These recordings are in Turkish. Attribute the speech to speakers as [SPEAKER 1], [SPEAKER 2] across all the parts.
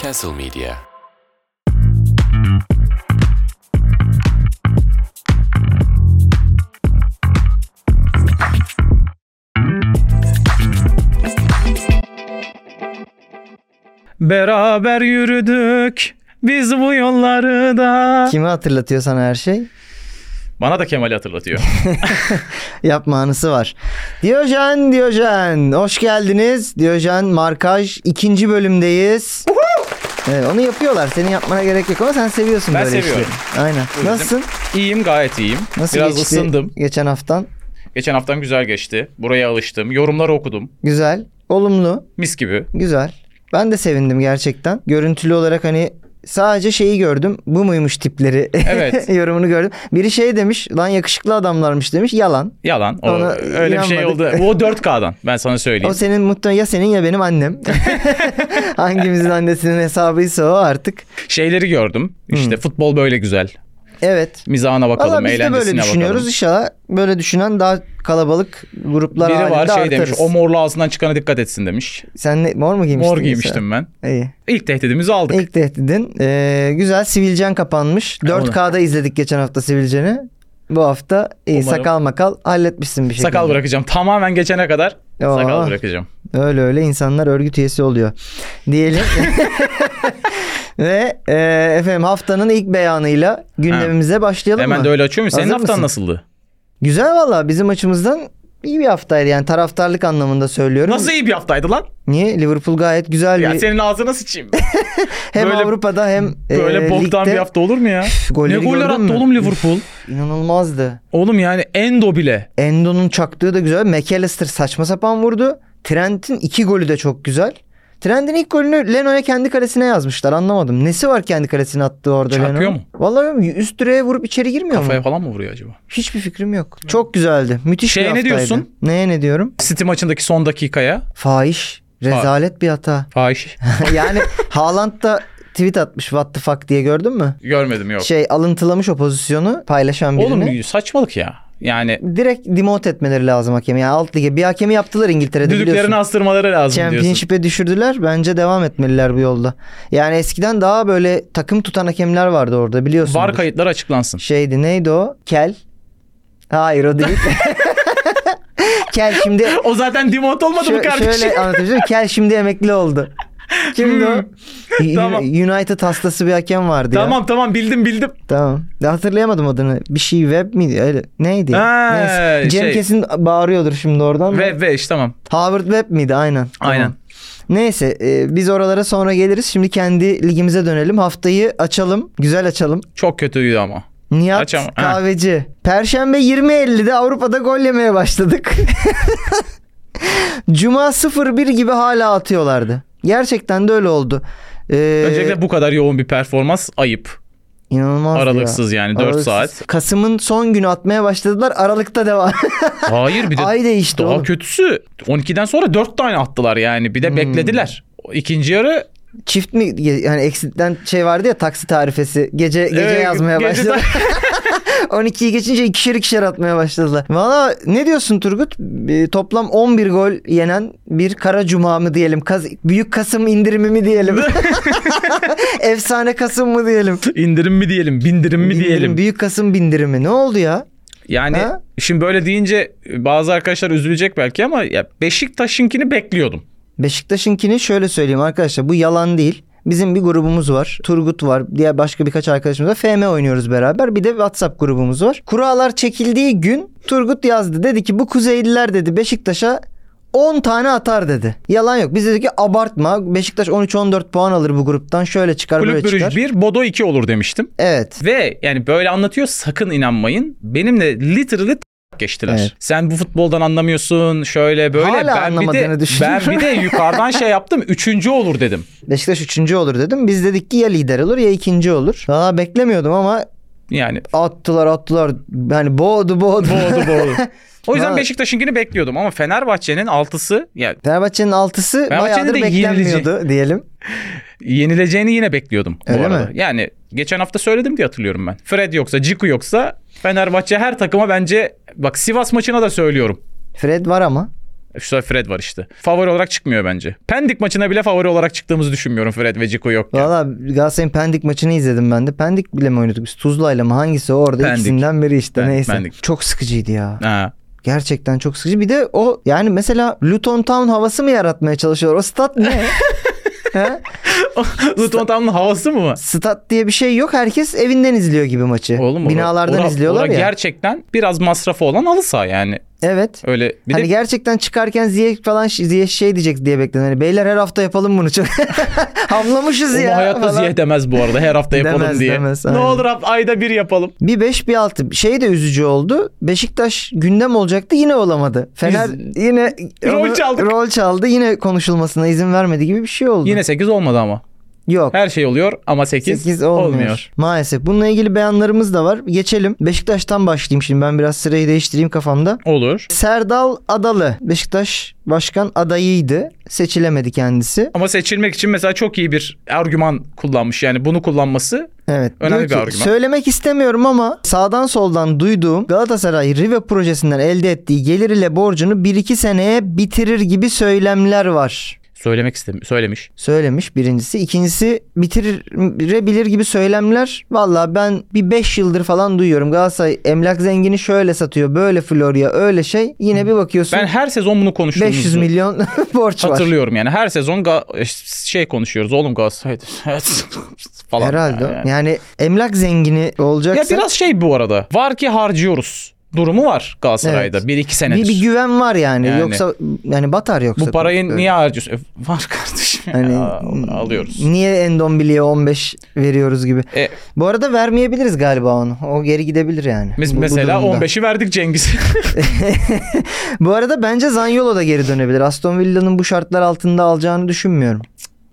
[SPEAKER 1] Castle Media.
[SPEAKER 2] Beraber yürüdük biz bu yolları da.
[SPEAKER 3] Kimi hatırlatıyor sana her şey?
[SPEAKER 2] Bana da Kemal'i hatırlatıyor.
[SPEAKER 3] Yapma anısı var. Diyojen, Diyojen. Hoş geldiniz. Diyojen Markaj ikinci bölümdeyiz. Evet, onu yapıyorlar. Senin yapmana gerek yok ama sen seviyorsun
[SPEAKER 2] Ben
[SPEAKER 3] böyle
[SPEAKER 2] seviyorum.
[SPEAKER 3] işleri. Aynen.
[SPEAKER 2] Özledim.
[SPEAKER 3] Nasılsın?
[SPEAKER 2] iyiyim gayet iyiyim.
[SPEAKER 3] Nasıl
[SPEAKER 2] Biraz
[SPEAKER 3] geçti
[SPEAKER 2] ısındım.
[SPEAKER 3] geçen haftan?
[SPEAKER 2] Geçen haftan güzel geçti. Buraya alıştım. Yorumları okudum.
[SPEAKER 3] Güzel. Olumlu.
[SPEAKER 2] Mis gibi.
[SPEAKER 3] Güzel. Ben de sevindim gerçekten. Görüntülü olarak hani sadece şeyi gördüm. Bu muymuş tipleri
[SPEAKER 2] Evet.
[SPEAKER 3] yorumunu gördüm. Biri şey demiş. Lan yakışıklı adamlarmış demiş. Yalan.
[SPEAKER 2] Yalan. O,
[SPEAKER 3] Ona
[SPEAKER 2] öyle bir şey oldu.
[SPEAKER 3] inanmadık.
[SPEAKER 2] O 4K'dan ben sana
[SPEAKER 3] O
[SPEAKER 2] söyleyeyim.
[SPEAKER 3] senin muhtemelen ya senin ya benim annem. Hangimizin annesinin hesabıysa o artık.
[SPEAKER 2] Şeyleri gördüm. İşte futbol böyle güzel.
[SPEAKER 3] Evet.
[SPEAKER 2] Mizahına
[SPEAKER 3] Hmm. Valla
[SPEAKER 2] bakalım,
[SPEAKER 3] biz de böyle
[SPEAKER 2] eğlencesine
[SPEAKER 3] düşünüyoruz.
[SPEAKER 2] bakalım.
[SPEAKER 3] İnşallah böyle düşünen daha kalabalık gruplar
[SPEAKER 2] Biri
[SPEAKER 3] halinde
[SPEAKER 2] var şey
[SPEAKER 3] artarız.
[SPEAKER 2] demiş. O morlu ağzından çıkana dikkat etsin demiş.
[SPEAKER 3] Sen ne, mor mu giymiştin?
[SPEAKER 2] Mor
[SPEAKER 3] mesela?
[SPEAKER 2] giymiştim ben.
[SPEAKER 3] İyi.
[SPEAKER 2] İlk tehdidimizi aldık.
[SPEAKER 3] İlk tehdidin. Ee, güzel Sivilcen kapanmış.
[SPEAKER 2] Onu-
[SPEAKER 3] 4K'da izledik geçen hafta Sivilcen'i. Bu hafta iyi,
[SPEAKER 2] Umarım-
[SPEAKER 3] sakal makal halletmişsin bir şekilde.
[SPEAKER 2] Sakal bırakacağım. Tamamen geçene kadar sakal
[SPEAKER 3] Oo.
[SPEAKER 2] bırakacağım.
[SPEAKER 3] Öyle öyle insanlar örgüt üyesi oluyor diyelim. Ve e, efendim haftanın ilk beyanıyla gündemimize başlayalım
[SPEAKER 2] Hemen
[SPEAKER 3] mı?
[SPEAKER 2] de öyle açıyor muyum? Senin
[SPEAKER 3] Hazır
[SPEAKER 2] haftan
[SPEAKER 3] mısın?
[SPEAKER 2] nasıldı?
[SPEAKER 3] Güzel valla bizim açımızdan iyi bir haftaydı yani taraftarlık anlamında söylüyorum.
[SPEAKER 2] Nasıl iyi bir haftaydı lan?
[SPEAKER 3] Niye? Liverpool gayet güzel
[SPEAKER 2] Ya
[SPEAKER 3] bir
[SPEAKER 2] senin ağzına sıçayım.
[SPEAKER 3] hem
[SPEAKER 2] böyle-
[SPEAKER 3] Avrupa'da hem e,
[SPEAKER 2] Böyle boktan
[SPEAKER 3] ligde
[SPEAKER 2] bir hafta olur mu ya? ne
[SPEAKER 3] golleri
[SPEAKER 2] goller
[SPEAKER 3] gördün
[SPEAKER 2] attı
[SPEAKER 3] mü?
[SPEAKER 2] oğlum Liverpool?
[SPEAKER 3] inanılmazdı.
[SPEAKER 2] oğlum yani Endo bile.
[SPEAKER 3] Endo'nun çaktığı da güzel. McAllister saçma sapan vurdu. Trent'in iki golü de çok güzel. Trent'in ilk golünü Leno'ya kendi kalesine yazmışlar. Anlamadım. Nesi var kendi kalesine attığı orada
[SPEAKER 2] Çarpıyor
[SPEAKER 3] Leno?
[SPEAKER 2] mu?
[SPEAKER 3] Vallahi üst direğe vurup içeri girmiyor
[SPEAKER 2] Kafaya
[SPEAKER 3] mu?
[SPEAKER 2] falan mı vuruyor acaba?
[SPEAKER 3] Hiçbir fikrim yok. Çok güzeldi. Müthiş
[SPEAKER 2] Şeye
[SPEAKER 3] bir
[SPEAKER 2] Şey, ne
[SPEAKER 3] haftaydı.
[SPEAKER 2] diyorsun?
[SPEAKER 3] Neye ne diyorum?
[SPEAKER 2] City maçındaki son dakikaya.
[SPEAKER 3] Fahiş. Rezalet bir hata.
[SPEAKER 2] Fahiş.
[SPEAKER 3] yani Haaland da tweet atmış what the fuck diye gördün mü?
[SPEAKER 2] Görmedim yok.
[SPEAKER 3] Şey alıntılamış o pozisyonu paylaşan birini.
[SPEAKER 2] oğlum saçmalık ya. Yani
[SPEAKER 3] Direkt demote etmeleri lazım hakemi. Yani alt lige bir hakemi yaptılar İngiltere'de biliyorsun.
[SPEAKER 2] düdüklerini astırmaları lazım diyorsun.
[SPEAKER 3] Championship'e düşürdüler. Bence devam etmeliler bu yolda. Yani eskiden daha böyle takım tutan hakemler vardı orada biliyorsun.
[SPEAKER 2] Var kayıtlar açıklansın.
[SPEAKER 3] Şeydi neydi o? Kel. Hayır o değil. Kel şimdi
[SPEAKER 2] O zaten dimont olmadı mı
[SPEAKER 3] şö-
[SPEAKER 2] kardeşim?
[SPEAKER 3] şöyle anlatacağım. Kel şimdi emekli oldu. Kimdi o? Y-
[SPEAKER 2] Hmm. Tamam.
[SPEAKER 3] United hastası bir hakem vardı ya.
[SPEAKER 2] Tamam tamam bildim bildim.
[SPEAKER 3] Tamam. De hatırlayamadım adını. Bir şey web miydi? Öyle. Neydi?
[SPEAKER 2] Ha,
[SPEAKER 3] Neyse. Cem
[SPEAKER 2] şey.
[SPEAKER 3] kesin bağırıyordur şimdi oradan. da.
[SPEAKER 2] Ve ve işte tamam.
[SPEAKER 3] Harvard Web miydi? Aynen.
[SPEAKER 2] Aynen.
[SPEAKER 3] Tamam. Neyse e, biz oralara sonra geliriz. Şimdi kendi ligimize dönelim. Haftayı açalım. Güzel açalım.
[SPEAKER 2] Çok kötüydü ama.
[SPEAKER 3] Nihat
[SPEAKER 2] Açam- ha.
[SPEAKER 3] Kahveci. Perşembe 20.50'de Avrupa'da gol yemeye başladık. Cuma 0-1 gibi hala atıyorlardı. Gerçekten de öyle oldu. Ee,
[SPEAKER 2] Öncelikle bu kadar yoğun bir performans ayıp.
[SPEAKER 3] inanılmaz
[SPEAKER 2] Aralıksız yani 4 saat.
[SPEAKER 3] Kasım'ın son günü atmaya başladılar. Aralık'ta devam.
[SPEAKER 2] Hayır bir de
[SPEAKER 3] Ay değişti
[SPEAKER 2] Daha
[SPEAKER 3] oğlum. Hmm.
[SPEAKER 2] kötüsü 12'den sonra 4 tane attılar yani. Bir de beklediler. İkinci yarı
[SPEAKER 3] Çift mi yani eksitten şey vardı ya taksi tarifesi. Gece gece
[SPEAKER 2] Evet,
[SPEAKER 3] yazmaya
[SPEAKER 2] gece
[SPEAKER 3] başladı. 12'yi geçince ikişer ikişer atmaya başladılar. Valla ne diyorsun Turgut? Bir toplam 11 gol yenen bir kara cuma mı diyelim? Kaz- büyük Kasım indirimi mi diyelim? Efsane Kasım mı diyelim?
[SPEAKER 2] indirim mi diyelim, bindirim mi
[SPEAKER 3] Bindirim,
[SPEAKER 2] diyelim.
[SPEAKER 3] Büyük Kasım bindirimi. Ne oldu ya?
[SPEAKER 2] Yani
[SPEAKER 3] Ha?
[SPEAKER 2] şimdi böyle deyince bazı arkadaşlar üzülecek belki ama ya Beşiktaş'ınkini bekliyordum.
[SPEAKER 3] Beşiktaş'ınkini şöyle söyleyeyim arkadaşlar. Bu yalan değil. Bizim bir grubumuz var. Turgut var. Diğer başka birkaç arkadaşımız var. FM oynuyoruz beraber. Bir de WhatsApp grubumuz var. Kurallar çekildiği gün Turgut yazdı. Dedi ki bu Kuzeyliler dedi Beşiktaş'a 10 tane atar dedi. Yalan yok. Biz dedik ki abartma. Beşiktaş 13-14 puan alır bu gruptan. Şöyle çıkar
[SPEAKER 2] Kulüp
[SPEAKER 3] böyle çıkar.
[SPEAKER 2] Brüj 1, Bodo 2 olur demiştim.
[SPEAKER 3] Evet.
[SPEAKER 2] Ve yani böyle anlatıyor sakın inanmayın. Benimle literally t- geçtiler.
[SPEAKER 3] Evet.
[SPEAKER 2] Sen bu futboldan anlamıyorsun şöyle böyle.
[SPEAKER 3] Hala
[SPEAKER 2] ben bir de
[SPEAKER 3] anlamadığını
[SPEAKER 2] ben
[SPEAKER 3] düşünüyorum.
[SPEAKER 2] bir de yukarıdan şey yaptım. Üçüncü olur dedim.
[SPEAKER 3] Beşiktaş 3. olur dedim. Biz dedik ki ya lider olur ya ikinci olur. Valla beklemiyordum ama
[SPEAKER 2] Yani
[SPEAKER 3] attılar attılar. Yani boğdu boğdu.
[SPEAKER 2] boğdu boğdu. O yüzden
[SPEAKER 3] Ha.
[SPEAKER 2] Beşiktaş'ınkini bekliyordum ama Fenerbahçe'nin altısı yani
[SPEAKER 3] Fenerbahçe'nin altısı
[SPEAKER 2] Fenerbahçe'nin
[SPEAKER 3] bayağıdır
[SPEAKER 2] de
[SPEAKER 3] beklenmiyordu diyelim.
[SPEAKER 2] yenileceğini yine bekliyordum bu
[SPEAKER 3] Öyle
[SPEAKER 2] arada.
[SPEAKER 3] mi?
[SPEAKER 2] Yani geçen hafta söyledim diye hatırlıyorum ben. Fred yoksa, Ciku yoksa Fenerbahçe her takıma bence bak Sivas maçına da söylüyorum.
[SPEAKER 3] Fred var ama.
[SPEAKER 2] Şu sefer Fred var işte. Favori olarak çıkmıyor bence. Pendik maçına bile favori olarak çıktığımızı düşünmüyorum Fred ve Ciko yokken.
[SPEAKER 3] Valla Galatasaray'ın Pendik maçını izledim ben de. Pendik bile mi oynadık biz? Tuzla'yla mı? Hangisi orada?
[SPEAKER 2] Pendik.
[SPEAKER 3] İkisinden biri işte
[SPEAKER 2] Pen-
[SPEAKER 3] neyse.
[SPEAKER 2] Pendik.
[SPEAKER 3] Çok sıkıcıydı ya.
[SPEAKER 2] Ha.
[SPEAKER 3] Gerçekten çok sıkıcı. Bir de o yani mesela Luton Town havası mı yaratmaya çalışıyorlar? O stat ne? He?
[SPEAKER 2] Luton Town'un havası mı?
[SPEAKER 3] Stat diye bir şey yok. Herkes evinden izliyor gibi maçı.
[SPEAKER 2] Oğlum,
[SPEAKER 3] Binalardan
[SPEAKER 2] ora-
[SPEAKER 3] izliyorlar
[SPEAKER 2] ora
[SPEAKER 3] ya.
[SPEAKER 2] Gerçekten biraz masrafı olan halı saha yani.
[SPEAKER 3] evet.
[SPEAKER 2] Öyle bir
[SPEAKER 3] hani
[SPEAKER 2] de
[SPEAKER 3] gerçekten çıkarken Ziyech falan ş- Ziyech şey diyecek diye bekledim. Hani beyler her hafta yapalım bunu. Çok hamlamışız
[SPEAKER 2] onu
[SPEAKER 3] ya.
[SPEAKER 2] hayatta
[SPEAKER 3] falan.
[SPEAKER 2] Ziyeh demez bu arada her hafta yapalım
[SPEAKER 3] Demez,
[SPEAKER 2] diye.
[SPEAKER 3] demez,
[SPEAKER 2] ne
[SPEAKER 3] aynen.
[SPEAKER 2] olur ab- ayda bir yapalım.
[SPEAKER 3] Bir 5 bir 6. Şey de üzücü oldu. Beşiktaş gündem olacaktı yine olamadı. Fener yine
[SPEAKER 2] Rol
[SPEAKER 3] onu-
[SPEAKER 2] çaldık.
[SPEAKER 3] Rol çaldı. Yine konuşulmasına izin vermedi gibi bir şey oldu.
[SPEAKER 2] Yine 8 olmadı ama.
[SPEAKER 3] Yok.
[SPEAKER 2] Her şey oluyor ama 8,
[SPEAKER 3] 8 olmuyor.
[SPEAKER 2] olmuyor.
[SPEAKER 3] Maalesef. Bununla ilgili beyanlarımız da var. Geçelim. Beşiktaş'tan başlayayım şimdi. Ben biraz sırayı değiştireyim kafamda.
[SPEAKER 2] Olur.
[SPEAKER 3] Serdal Adalı Beşiktaş başkan adayıydı. Seçilemedi kendisi.
[SPEAKER 2] Ama seçilmek için mesela çok iyi bir argüman kullanmış. Yani bunu kullanması
[SPEAKER 3] Evet.
[SPEAKER 2] Önemli
[SPEAKER 3] diyor
[SPEAKER 2] bir
[SPEAKER 3] ki,
[SPEAKER 2] argüman.
[SPEAKER 3] Söylemek istemiyorum ama sağdan soldan duyduğum Galatasaray Rive projesinden elde ettiği gelir ile borcunu 1-2 seneye bitirir gibi söylemler var.
[SPEAKER 2] söylemek istem söylemiş.
[SPEAKER 3] Söylemiş birincisi. ikincisi bitirebilir gibi söylemler. Valla ben bir 5 yıldır falan duyuyorum. Galatasaray emlak zengini şöyle satıyor. Böyle Florya öyle şey. Yine bir bakıyorsun.
[SPEAKER 2] Ben her sezon bunu konuştuğumuzu
[SPEAKER 3] 500 milyon borç var.
[SPEAKER 2] hatırlıyorum yani. Her sezon Ga- şey konuşuyoruz oğlum Galatasaray'da falan.
[SPEAKER 3] Herhalde.
[SPEAKER 2] yani.
[SPEAKER 3] Yani. emlak zengini
[SPEAKER 2] Ya
[SPEAKER 3] olacaksa
[SPEAKER 2] biraz şey bu arada. Var ki harcıyoruz. Durumu var Galatasaray'da.
[SPEAKER 3] Evet.
[SPEAKER 2] 1-2 senedir.
[SPEAKER 3] bir, bir güven var yani.
[SPEAKER 2] Yani.
[SPEAKER 3] Yoksa yani batar yoksa.
[SPEAKER 2] Bu parayı
[SPEAKER 3] Böyle.
[SPEAKER 2] niye harcıyorsun? E, var kardeşim.
[SPEAKER 3] Hani
[SPEAKER 2] Ya, alıyoruz.
[SPEAKER 3] Niye Endombili'ye 15 veriyoruz gibi.
[SPEAKER 2] E,
[SPEAKER 3] Bu arada vermeyebiliriz galiba onu. O geri gidebilir yani.
[SPEAKER 2] mes-
[SPEAKER 3] bu- bu
[SPEAKER 2] mesela
[SPEAKER 3] durumda.
[SPEAKER 2] 15'i verdik Cengiz'e.
[SPEAKER 3] Bu arada bence Zaniolo da geri dönebilir. Aston Villa'nın bu şartlar altında alacağını düşünmüyorum.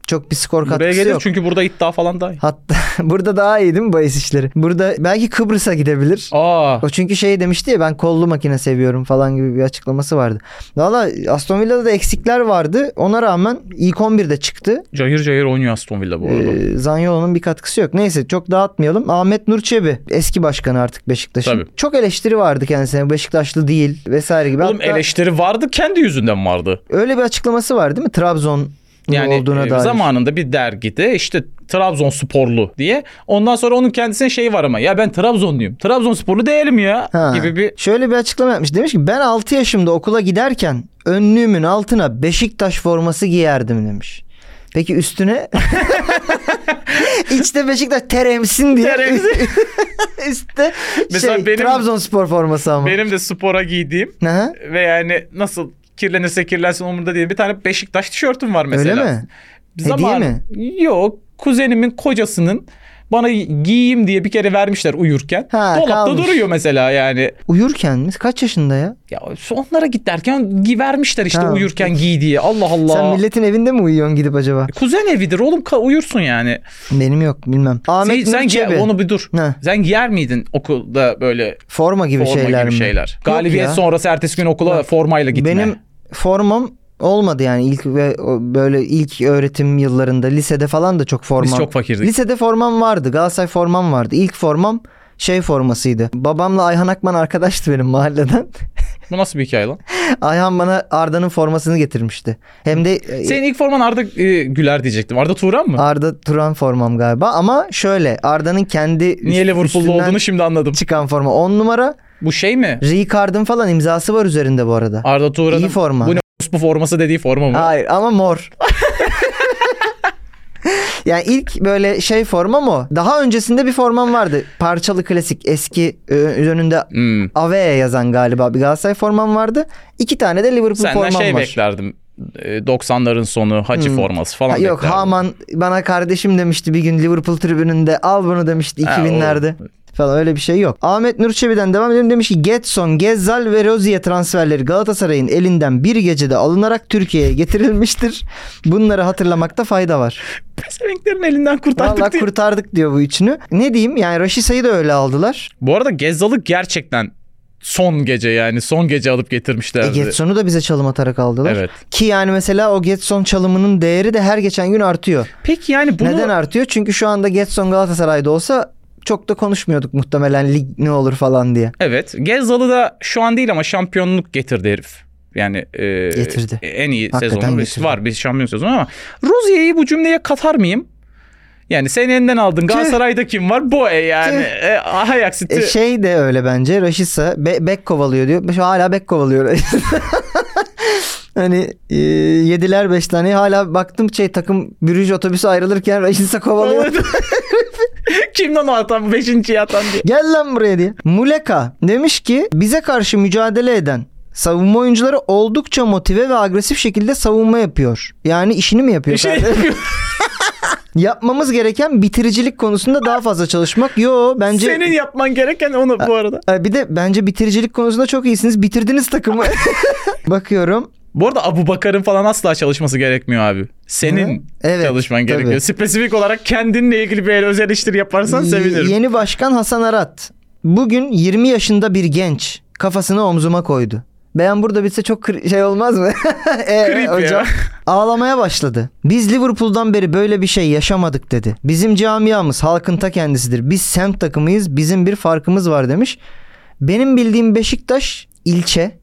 [SPEAKER 3] Çok bir skor
[SPEAKER 2] Buraya
[SPEAKER 3] katkısı
[SPEAKER 2] gelir
[SPEAKER 3] yok.
[SPEAKER 2] çünkü burada iddia falan da.
[SPEAKER 3] Hatta burada daha iyi değil mi bahis işleri? Burada belki Kıbrıs'a gidebilir.
[SPEAKER 2] Aa.
[SPEAKER 3] O çünkü şey demişti ya ben kollu makine seviyorum falan gibi bir açıklaması vardı. Valla Aston Villa'da da eksikler vardı. Ona rağmen ilk 11'de çıktı.
[SPEAKER 2] Cayır cayır oynuyor Aston Villa bu arada.
[SPEAKER 3] Ee, Zaniolo'nun bir katkısı yok. Neyse çok dağıtmayalım. Ahmet Nur Çebi eski başkanı artık Beşiktaş'ın.
[SPEAKER 2] Tabii.
[SPEAKER 3] Çok eleştiri vardı kendisine. Beşiktaşlı değil vesaire gibi.
[SPEAKER 2] Oğlum
[SPEAKER 3] Hatta
[SPEAKER 2] eleştiri vardı kendi yüzünden vardı.
[SPEAKER 3] öyle bir açıklaması var değil mi? Trabzon
[SPEAKER 2] Yani
[SPEAKER 3] olduğuna
[SPEAKER 2] e,
[SPEAKER 3] dair.
[SPEAKER 2] zamanında bir dergide işte Trabzonsporlu diye. Ondan sonra onun kendisine şey var ama ya ben Trabzonluyum. Trabzonsporlu değilim ya
[SPEAKER 3] Ha.
[SPEAKER 2] gibi bir
[SPEAKER 3] Şöyle bir açıklama yapmış. Demiş ki ben 6 yaşımda okula giderken önlüğümün altına Beşiktaş forması giyerdim demiş. Peki üstüne içte Beşiktaş teremsin diye
[SPEAKER 2] Teremsin.
[SPEAKER 3] üstte
[SPEAKER 2] Mesela
[SPEAKER 3] şey,
[SPEAKER 2] benim-
[SPEAKER 3] Trabzonspor forması ama.
[SPEAKER 2] benim de spora giydiğim
[SPEAKER 3] Aha,
[SPEAKER 2] ve yani nasıl kirlenirse kirlensin umurumda değil. Bir tane Beşiktaş tişörtüm var mesela.
[SPEAKER 3] öyle mi? Hediye mi?
[SPEAKER 2] Yok. Kuzenimin kocasının bana giyeyim diye bir kere vermişler uyurken.
[SPEAKER 3] Ha,
[SPEAKER 2] Dolapta
[SPEAKER 3] kalmış.
[SPEAKER 2] duruyor mesela yani.
[SPEAKER 3] Uyurken mi? Kaç yaşında ya?
[SPEAKER 2] Ya onlara git derken gi- vermişler işte
[SPEAKER 3] Tamam,
[SPEAKER 2] uyurken giy diye. Allah Allah.
[SPEAKER 3] Sen milletin evinde mi uyuyorsun gidip acaba?
[SPEAKER 2] Kuzen evidir oğlum ka- uyursun yani.
[SPEAKER 3] Benim yok bilmem. Ahmet
[SPEAKER 2] sen, sen
[SPEAKER 3] Nur
[SPEAKER 2] giy-
[SPEAKER 3] Çebi.
[SPEAKER 2] onu bir dur.
[SPEAKER 3] Ha,
[SPEAKER 2] Sen giyer miydin okulda böyle
[SPEAKER 3] forma gibi
[SPEAKER 2] forma
[SPEAKER 3] şeyler
[SPEAKER 2] gibi
[SPEAKER 3] mi?
[SPEAKER 2] şeyler?
[SPEAKER 3] Yok
[SPEAKER 2] Galibiyet
[SPEAKER 3] ya.
[SPEAKER 2] sonrası ertesi gün okula
[SPEAKER 3] Bak,
[SPEAKER 2] formayla gitme.
[SPEAKER 3] Benim formam olmadı yani ilk ve o- böyle ilk öğretim yıllarında lisede falan da çok formam.
[SPEAKER 2] Biz çok fakirdik.
[SPEAKER 3] Lisede formam vardı. Galatasaray formam vardı. İlk formam şey formasıydı. Babamla Ayhan Akman arkadaştı benim mahalleden.
[SPEAKER 2] Bu nasıl bir hikaye lan?
[SPEAKER 3] Ayhan bana Arda'nın formasını getirmişti. Hem de e,
[SPEAKER 2] Senin ilk forman Arda e, Güler diyecektim. Arda Turan mı?
[SPEAKER 3] Arda Turan formam galiba ama şöyle Arda'nın kendi üst-
[SPEAKER 2] Niye Liverpool'lu
[SPEAKER 3] üstünden
[SPEAKER 2] olduğunu şimdi anladım.
[SPEAKER 3] çıkan forma 10 numara.
[SPEAKER 2] Bu şey mi?
[SPEAKER 3] Ricard'ın falan imzası var üzerinde bu arada.
[SPEAKER 2] Arda Turan'ın
[SPEAKER 3] İyi forma.
[SPEAKER 2] bu ne bu forması dediği forma mı?
[SPEAKER 3] Hayır ama mor. yani ilk böyle şey formam o. Daha öncesinde bir formam vardı. Parçalı klasik eski ö- önünde
[SPEAKER 2] Hmm.
[SPEAKER 3] Avea yazan galiba bir Galatasaray formam vardı. İki tane de Liverpool
[SPEAKER 2] Senden
[SPEAKER 3] formam
[SPEAKER 2] şey
[SPEAKER 3] var.
[SPEAKER 2] beklerdim. E, 90'ların sonu hacı
[SPEAKER 3] Hmm.
[SPEAKER 2] forması falan
[SPEAKER 3] Ha, yok
[SPEAKER 2] beklerdim.
[SPEAKER 3] Haman bana kardeşim demişti bir gün Liverpool tribününde al bunu demişti
[SPEAKER 2] Ha,
[SPEAKER 3] 2000'lerde. Falan öyle bir şey yok. Ahmet Nur Çebi'den devam edelim. Demiş ki Getson, Gezzal ve Rozier transferleri Galatasaray'ın elinden bir gecede alınarak Türkiye'ye getirilmiştir. Bunları hatırlamakta fayda var.
[SPEAKER 2] Pezevenklerin elinden kurtardık
[SPEAKER 3] Valla
[SPEAKER 2] diye.
[SPEAKER 3] kurtardık diyor bu üçünü. Ne diyeyim yani Raşisa'yı da öyle aldılar.
[SPEAKER 2] Bu arada Gezzalık gerçekten son gece yani son gece alıp
[SPEAKER 3] E,
[SPEAKER 2] getirmişlerdi.
[SPEAKER 3] Getson'u da bize çalım atarak aldılar.
[SPEAKER 2] Evet.
[SPEAKER 3] Ki yani mesela o Getson çalımının değeri de her geçen gün artıyor.
[SPEAKER 2] Peki yani bunu
[SPEAKER 3] Neden artıyor? Çünkü şu anda Getson Galatasaray'da olsa çok da konuşmuyorduk muhtemelen lig ne olur falan diye.
[SPEAKER 2] Evet. Gezzalı da şu an değil ama şampiyonluk getirdi herif. Yani e,
[SPEAKER 3] Getirdi.
[SPEAKER 2] en iyi
[SPEAKER 3] Hakikaten
[SPEAKER 2] sezonu
[SPEAKER 3] getirdi.
[SPEAKER 2] var. Bir şampiyon sezonu ama Rozier'i bu cümleye katar mıyım? Yani sen elinden aldın. Galatasaray'da kim var? Boe yani.
[SPEAKER 3] Tüh.
[SPEAKER 2] E, Ajax
[SPEAKER 3] E,
[SPEAKER 2] City.
[SPEAKER 3] şey de öyle bence. Raşitsa be- bek kovalıyor diyor. Şu hala bek kovalıyor. hani e, yediler beş tane. Hala baktım şey takım bürüj otobüsü ayrılırken Raşitsa kovalıyor.
[SPEAKER 2] Kimden o atan? Beşinciyi atan diye.
[SPEAKER 3] Gel lan buraya diye. Muleka demiş ki bize karşı mücadele eden savunma oyuncuları oldukça motive ve agresif şekilde savunma yapıyor. Yani işini mi yapıyor?
[SPEAKER 2] Bir şey
[SPEAKER 3] kardeşim? Yapmamız gereken bitiricilik konusunda daha fazla çalışmak. Yo bence
[SPEAKER 2] Senin yapman gereken onu bu arada.
[SPEAKER 3] E, bir de bence bitiricilik konusunda çok iyisiniz. Bitirdiniz takımı. Bakıyorum.
[SPEAKER 2] Bu arada Abu Bakar'ın falan asla çalışması gerekmiyor abi. Senin
[SPEAKER 3] Evet,
[SPEAKER 2] çalışman
[SPEAKER 3] tabii.
[SPEAKER 2] gerekiyor. Spesifik olarak kendinle ilgili bir öz eleştiri yaparsan sevinirim.
[SPEAKER 3] Yeni başkan Hasan Arat. Bugün 20 yaşında bir genç kafasını omzuma koydu. Ben burada bitse çok kri- şey olmaz mı? Ee,
[SPEAKER 2] Creep ya.
[SPEAKER 3] Ağlamaya başladı. Biz Liverpool'dan beri böyle bir şey yaşamadık dedi. Bizim camiamız halkın ta kendisidir. Biz semt takımıyız. Bizim bir farkımız var demiş. Benim bildiğim Beşiktaş ilçe.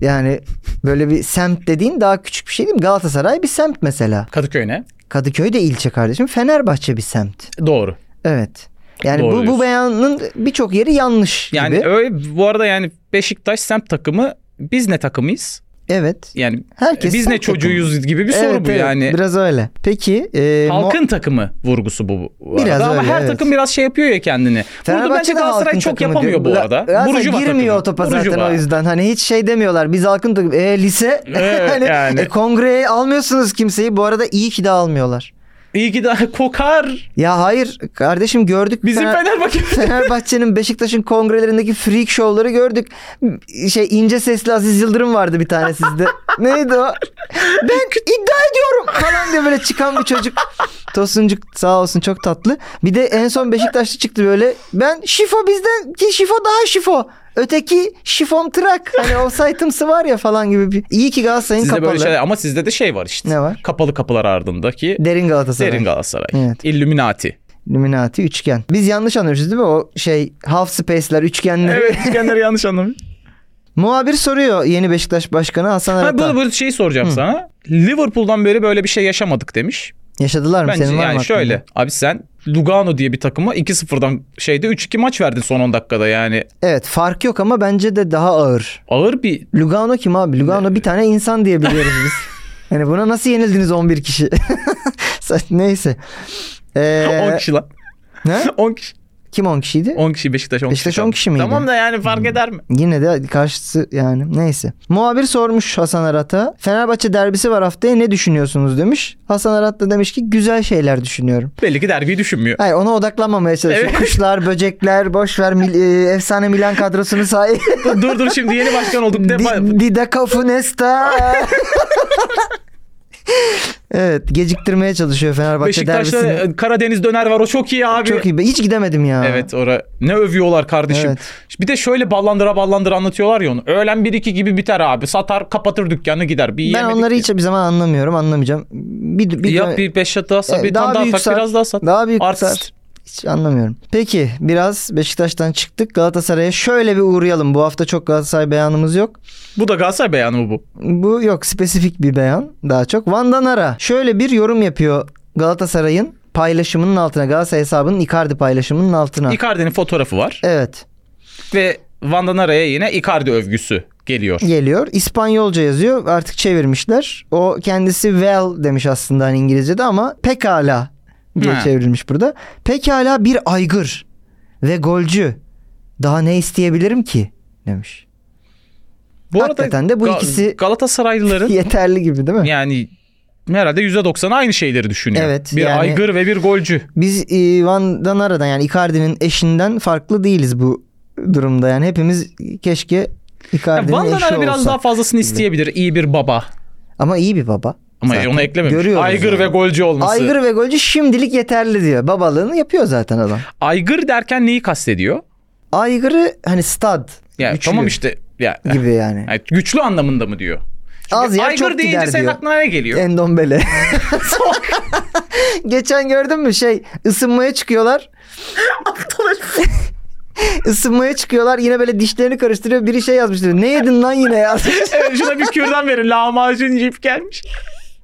[SPEAKER 3] Yani böyle bir semt dediğin daha küçük bir şey değil mi? Galatasaray bir semt mesela.
[SPEAKER 2] Kadıköy ne?
[SPEAKER 3] Kadıköy de ilçe kardeşim. Fenerbahçe bir semt.
[SPEAKER 2] Doğru.
[SPEAKER 3] Evet. Yani
[SPEAKER 2] Doğru
[SPEAKER 3] bu, bu
[SPEAKER 2] diyorsun.
[SPEAKER 3] beyanın birçok yeri yanlış
[SPEAKER 2] Yani
[SPEAKER 3] gibi.
[SPEAKER 2] öyle bu arada yani Beşiktaş semt takımı biz ne takımıyız?
[SPEAKER 3] Evet.
[SPEAKER 2] Yani
[SPEAKER 3] Herkes
[SPEAKER 2] biz ne
[SPEAKER 3] semt takımı.
[SPEAKER 2] çocuğuyuz gibi bir
[SPEAKER 3] evet,
[SPEAKER 2] soru bu
[SPEAKER 3] evet.
[SPEAKER 2] yani.
[SPEAKER 3] Biraz öyle. Peki. e, Mo-
[SPEAKER 2] Halkın takımı vurgusu bu. bu
[SPEAKER 3] Biraz
[SPEAKER 2] arada. Ama
[SPEAKER 3] öyle,
[SPEAKER 2] her
[SPEAKER 3] evet.
[SPEAKER 2] takım biraz şey yapıyor ya kendini. Burada bence
[SPEAKER 3] de
[SPEAKER 2] Galatasaray
[SPEAKER 3] halkın
[SPEAKER 2] çok
[SPEAKER 3] takımı
[SPEAKER 2] yapamıyor
[SPEAKER 3] diyor.
[SPEAKER 2] bu arada.
[SPEAKER 3] Galatasaray
[SPEAKER 2] Burjuva
[SPEAKER 3] girmiyor
[SPEAKER 2] takımı.
[SPEAKER 3] o topa zaten
[SPEAKER 2] Burjuva.
[SPEAKER 3] o yüzden. Hani hiç şey demiyorlar. Biz halkın takımı. E, lise.
[SPEAKER 2] Evet,
[SPEAKER 3] hani,
[SPEAKER 2] yani.
[SPEAKER 3] e, kongreye almıyorsunuz kimseyi. Bu arada iyi ki de almıyorlar.
[SPEAKER 2] İyi ki daha kokar.
[SPEAKER 3] Ya hayır kardeşim gördük.
[SPEAKER 2] Bizim
[SPEAKER 3] Fener-
[SPEAKER 2] Fenerbahçe.
[SPEAKER 3] Fenerbahçe'nin Beşiktaş'ın kongrelerindeki freak şovları gördük. Şey ince sesli Aziz Yıldırım vardı bir tane sizde. Neydi o? Ben iddia ediyorum falan diye böyle çıkan bir çocuk. Tosuncuk sağ olsun çok tatlı. Bir de en son Beşiktaşlı çıktı böyle. Ben şifo bizden ki şifo daha şifo. Öteki şifom trak. Hani o saytımsı var ya falan gibi. Bir... İyi ki Galatasaray'ın
[SPEAKER 2] Sizde
[SPEAKER 3] kapalı.
[SPEAKER 2] böyle şeyler ama sizde de şey var işte.
[SPEAKER 3] Ne var?
[SPEAKER 2] Kapalı kapılar ardındaki
[SPEAKER 3] Derin Galatasaray.
[SPEAKER 2] Derin Galatasaray.
[SPEAKER 3] Evet.
[SPEAKER 2] Illuminati.
[SPEAKER 3] Illuminati üçgen. Biz yanlış anlıyoruz değil mi? O şey half space'ler üçgenleri.
[SPEAKER 2] Evet üçgenleri yanlış anladım.
[SPEAKER 3] Muhabir soruyor yeni Beşiktaş Başkanı Hasan
[SPEAKER 2] Ha,
[SPEAKER 3] Arat'a.
[SPEAKER 2] bu, bu şeyi soracağım sana. Liverpool'dan beri böyle bir şey yaşamadık demiş.
[SPEAKER 3] Yaşadılar mı?
[SPEAKER 2] Bence
[SPEAKER 3] Senin var mı
[SPEAKER 2] yani
[SPEAKER 3] aklında?
[SPEAKER 2] şöyle. Abi sen Lugano diye bir takıma 2-0'dan şeyde 3-2 maç verdin son 10 dakikada yani.
[SPEAKER 3] Evet fark yok ama bence de daha ağır.
[SPEAKER 2] Ağır bir
[SPEAKER 3] Lugano kim abi? Lugano
[SPEAKER 2] Ee,
[SPEAKER 3] bir tane insan diye biliyoruz biz. Yani buna nasıl yenildiniz 11 kişi? Sa- Neyse. Ee,
[SPEAKER 2] 10 kişi lan.
[SPEAKER 3] ne?
[SPEAKER 2] 10 kişi.
[SPEAKER 3] Kim 10 kişiydi?
[SPEAKER 2] 10 kişi Beşiktaş 10 kişi.
[SPEAKER 3] Beşiktaş
[SPEAKER 2] kaldı.
[SPEAKER 3] 10 kişi miydi? Hmm.
[SPEAKER 2] Tamam da yani fark eder mi?
[SPEAKER 3] Yine de karşısı yani neyse. Muhabir sormuş Hasan Arat'a. Fenerbahçe derbisi var haftaya ne düşünüyorsunuz demiş. Hasan Arat da demiş ki güzel şeyler düşünüyorum.
[SPEAKER 2] Belli ki derbiyi düşünmüyor.
[SPEAKER 3] Hayır ona odaklanmamaya çalışıyor.
[SPEAKER 2] Evet.
[SPEAKER 3] Kuşlar, böcekler, boşver mil- e, efsane Milan kadrosunu say.
[SPEAKER 2] dur dur şimdi yeni başkan olduk de
[SPEAKER 3] Di- Dida Cafunesta. evet geciktirmeye çalışıyor Fenerbahçe
[SPEAKER 2] Beşiktaş'ta
[SPEAKER 3] derbisini.
[SPEAKER 2] e, Karadeniz döner var o çok iyi abi.
[SPEAKER 3] Çok iyi. be- Hiç gidemedim ya.
[SPEAKER 2] Evet ora ne övüyorlar kardeşim.
[SPEAKER 3] Evet.
[SPEAKER 2] Bir de şöyle ballandıra ballandıra anlatıyorlar ya onu. Öğlen 1-2 gibi biter abi. Satar kapatır dükkanı gider. Bir
[SPEAKER 3] Ben
[SPEAKER 2] yemedik
[SPEAKER 3] onları
[SPEAKER 2] ya.
[SPEAKER 3] hiç bir zaman anlamıyorum. Anlamayacağım. Bir, bir,
[SPEAKER 2] Yap bir beş şat daha sat.
[SPEAKER 3] E,
[SPEAKER 2] bir tane daha
[SPEAKER 3] büyük
[SPEAKER 2] tak
[SPEAKER 3] sar-
[SPEAKER 2] biraz daha sat.
[SPEAKER 3] Daha büyük
[SPEAKER 2] Artist.
[SPEAKER 3] sar. Hiç anlamıyorum. Peki biraz Beşiktaş'tan çıktık. Galatasaray'a şöyle bir uğrayalım. Bu hafta çok Galatasaray beyanımız yok.
[SPEAKER 2] Bu da Galatasaray beyanı mı bu?
[SPEAKER 3] Bu yok spesifik bir beyan daha çok. Vandanara şöyle bir yorum yapıyor Galatasaray'ın paylaşımının altına Galatasaray hesabının Icardi paylaşımının altına.
[SPEAKER 2] Icardi'nin fotoğrafı var.
[SPEAKER 3] evet
[SPEAKER 2] Ve Van'dan araya yine Icardi övgüsü geliyor.
[SPEAKER 3] geliyor. İspanyolca yazıyor artık çevirmişler. O kendisi well demiş aslında hani İngilizce'de ama pekala diye
[SPEAKER 2] Ha.
[SPEAKER 3] çevrilmiş burada. Pekala bir aygır ve golcü. Daha ne isteyebilirim ki demiş.
[SPEAKER 2] Bu
[SPEAKER 3] Hakikaten de bu
[SPEAKER 2] Ga-
[SPEAKER 3] ikisi-
[SPEAKER 2] Galatasaraylıların
[SPEAKER 3] Yeterli gibi değil mi?
[SPEAKER 2] yani herhalde %90'ı aynı şeyleri düşünüyor.
[SPEAKER 3] Evet,
[SPEAKER 2] Bir
[SPEAKER 3] yani-
[SPEAKER 2] aygır ve bir golcü.
[SPEAKER 3] Biz e, Van Danara'dan yani Icardi'nin eşinden farklı değiliz bu durumda. Yani hepimiz keşke
[SPEAKER 2] Yani
[SPEAKER 3] Icardi'nin
[SPEAKER 2] Van'dan
[SPEAKER 3] eşi
[SPEAKER 2] araya
[SPEAKER 3] olsa.
[SPEAKER 2] biraz daha fazlasını isteyebilir iyi bir baba.
[SPEAKER 3] Ama iyi bir baba.
[SPEAKER 2] Ama
[SPEAKER 3] Zaten
[SPEAKER 2] onu eklememiş.
[SPEAKER 3] görüyoruz
[SPEAKER 2] Aygır
[SPEAKER 3] yani.
[SPEAKER 2] ve golcü olması. Aygır...
[SPEAKER 3] Aygır ve golcü şimdilik yeterli diyor. Babalığını yapıyor zaten adam.
[SPEAKER 2] derken neyi kastediyor?
[SPEAKER 3] Aygır'ı hani stud.
[SPEAKER 2] Yani
[SPEAKER 3] güçlü
[SPEAKER 2] tamam işte ya
[SPEAKER 3] Gibi yani.
[SPEAKER 2] yani güçlü anlamında mı diyor? Çünkü
[SPEAKER 3] Az yer
[SPEAKER 2] aygır
[SPEAKER 3] çok
[SPEAKER 2] deyince
[SPEAKER 3] gider
[SPEAKER 2] senin
[SPEAKER 3] diyor.
[SPEAKER 2] aklına ne geliyor?
[SPEAKER 3] Endombele. Geçen gördün mü şey ısınmaya çıkıyorlar. Isınmaya çıkıyorlar yine böyle dişlerini karıştırıyor. Biri şey yazmıştır. Ne yedin lan yine ya?
[SPEAKER 2] Evet, şuna bir kürdan verin. Lahmacun yiyip gelmiş.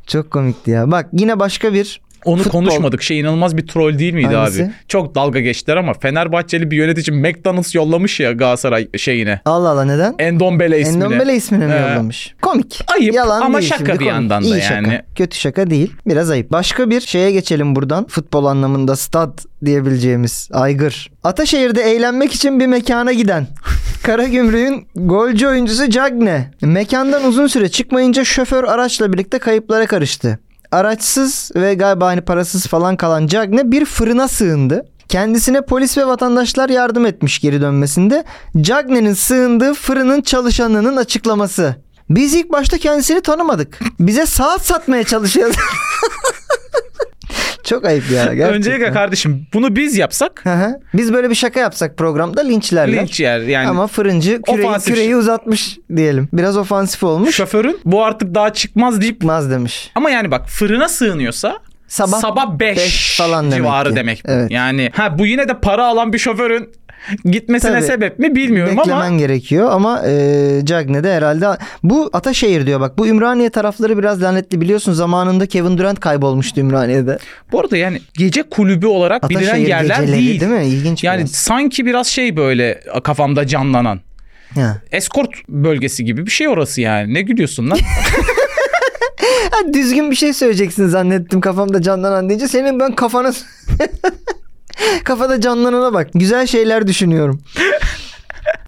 [SPEAKER 3] Çok komikti ya. Bak yine başka bir
[SPEAKER 2] Onu
[SPEAKER 3] Futbol.
[SPEAKER 2] konuşmadık. Şey inanılmaz bir troll değil miydi
[SPEAKER 3] Hangisi?
[SPEAKER 2] abi? Çok dalga geçtiler ama Fenerbahçeli bir yönetici McDonald's yollamış ya Galatasaray şeyine.
[SPEAKER 3] Allah Allah neden?
[SPEAKER 2] Endombele E, ismini.
[SPEAKER 3] Endombele ismini mi
[SPEAKER 2] Ee,
[SPEAKER 3] yollamış? Komik.
[SPEAKER 2] Ayıp
[SPEAKER 3] Yalan
[SPEAKER 2] ama
[SPEAKER 3] değil
[SPEAKER 2] şaka
[SPEAKER 3] şimdi,
[SPEAKER 2] bir
[SPEAKER 3] komik.
[SPEAKER 2] yandan da
[SPEAKER 3] İyi
[SPEAKER 2] yani.
[SPEAKER 3] Şaka. Kötü şaka değil. Biraz ayıp. Başka bir şeye geçelim buradan. Futbol anlamında stad diyebileceğimiz aygır. Ataşehir'de eğlenmek için bir mekana giden. Karagümrük'ün golcü oyuncusu Cagne. Mekandan uzun süre çıkmayınca şoför araçla birlikte kayıplara karıştı. Araçsız ve galiba hani parasız falan kalan Cagne bir fırına sığındı. Kendisine polis ve vatandaşlar yardım etmiş geri dönmesinde. Cagne'nin sığındığı fırının çalışanının açıklaması. Biz ilk başta kendisini tanımadık. Bize saat satmaya çalışıyor. Çok ayıp ya gerçekten.
[SPEAKER 2] Öncelikle kardeşim bunu biz yapsak
[SPEAKER 3] Hı hı. Biz böyle bir şaka yapsak programda linçlerler.
[SPEAKER 2] linç yer yani.
[SPEAKER 3] Ama fırıncı küreği,
[SPEAKER 2] Ofansif. şey.
[SPEAKER 3] küreği uzatmış diyelim. Biraz ofansif olmuş.
[SPEAKER 2] Şoförün bu artık daha çıkmaz deyip
[SPEAKER 3] Maz demiş.
[SPEAKER 2] ama yani bak fırına sığınıyorsa
[SPEAKER 3] Sabah,
[SPEAKER 2] sabah 5
[SPEAKER 3] beş falan demek
[SPEAKER 2] civarı
[SPEAKER 3] ki.
[SPEAKER 2] demek. bu.
[SPEAKER 3] Evet.
[SPEAKER 2] Yani ha bu yine de para alan bir şoförün gitmesine
[SPEAKER 3] Tabii.
[SPEAKER 2] sebep mi bilmiyorum
[SPEAKER 3] beklemen
[SPEAKER 2] ama
[SPEAKER 3] gerekiyor ama e, Cagne de herhalde bu Ataşehir diyor bak bu Ümraniye tarafları biraz lanetli biliyorsun zamanında Kevin Durant kaybolmuştu Ümraniye'de.
[SPEAKER 2] bu arada yani gece kulübü olarak bilinen
[SPEAKER 3] Ataşehir
[SPEAKER 2] yerler
[SPEAKER 3] geceleri
[SPEAKER 2] değil.
[SPEAKER 3] mi? İlginç
[SPEAKER 2] Yani
[SPEAKER 3] biraz.
[SPEAKER 2] sanki biraz şey böyle kafamda canlanan.
[SPEAKER 3] Ha.
[SPEAKER 2] Eskort bölgesi gibi bir şey orası yani. Ne gülüyorsun lan?
[SPEAKER 3] Ha, düzgün bir şey söyleyeceksin zannettim kafamda canlanan deyince senin ben kafana kafada canlanana bak. Güzel şeyler düşünüyorum.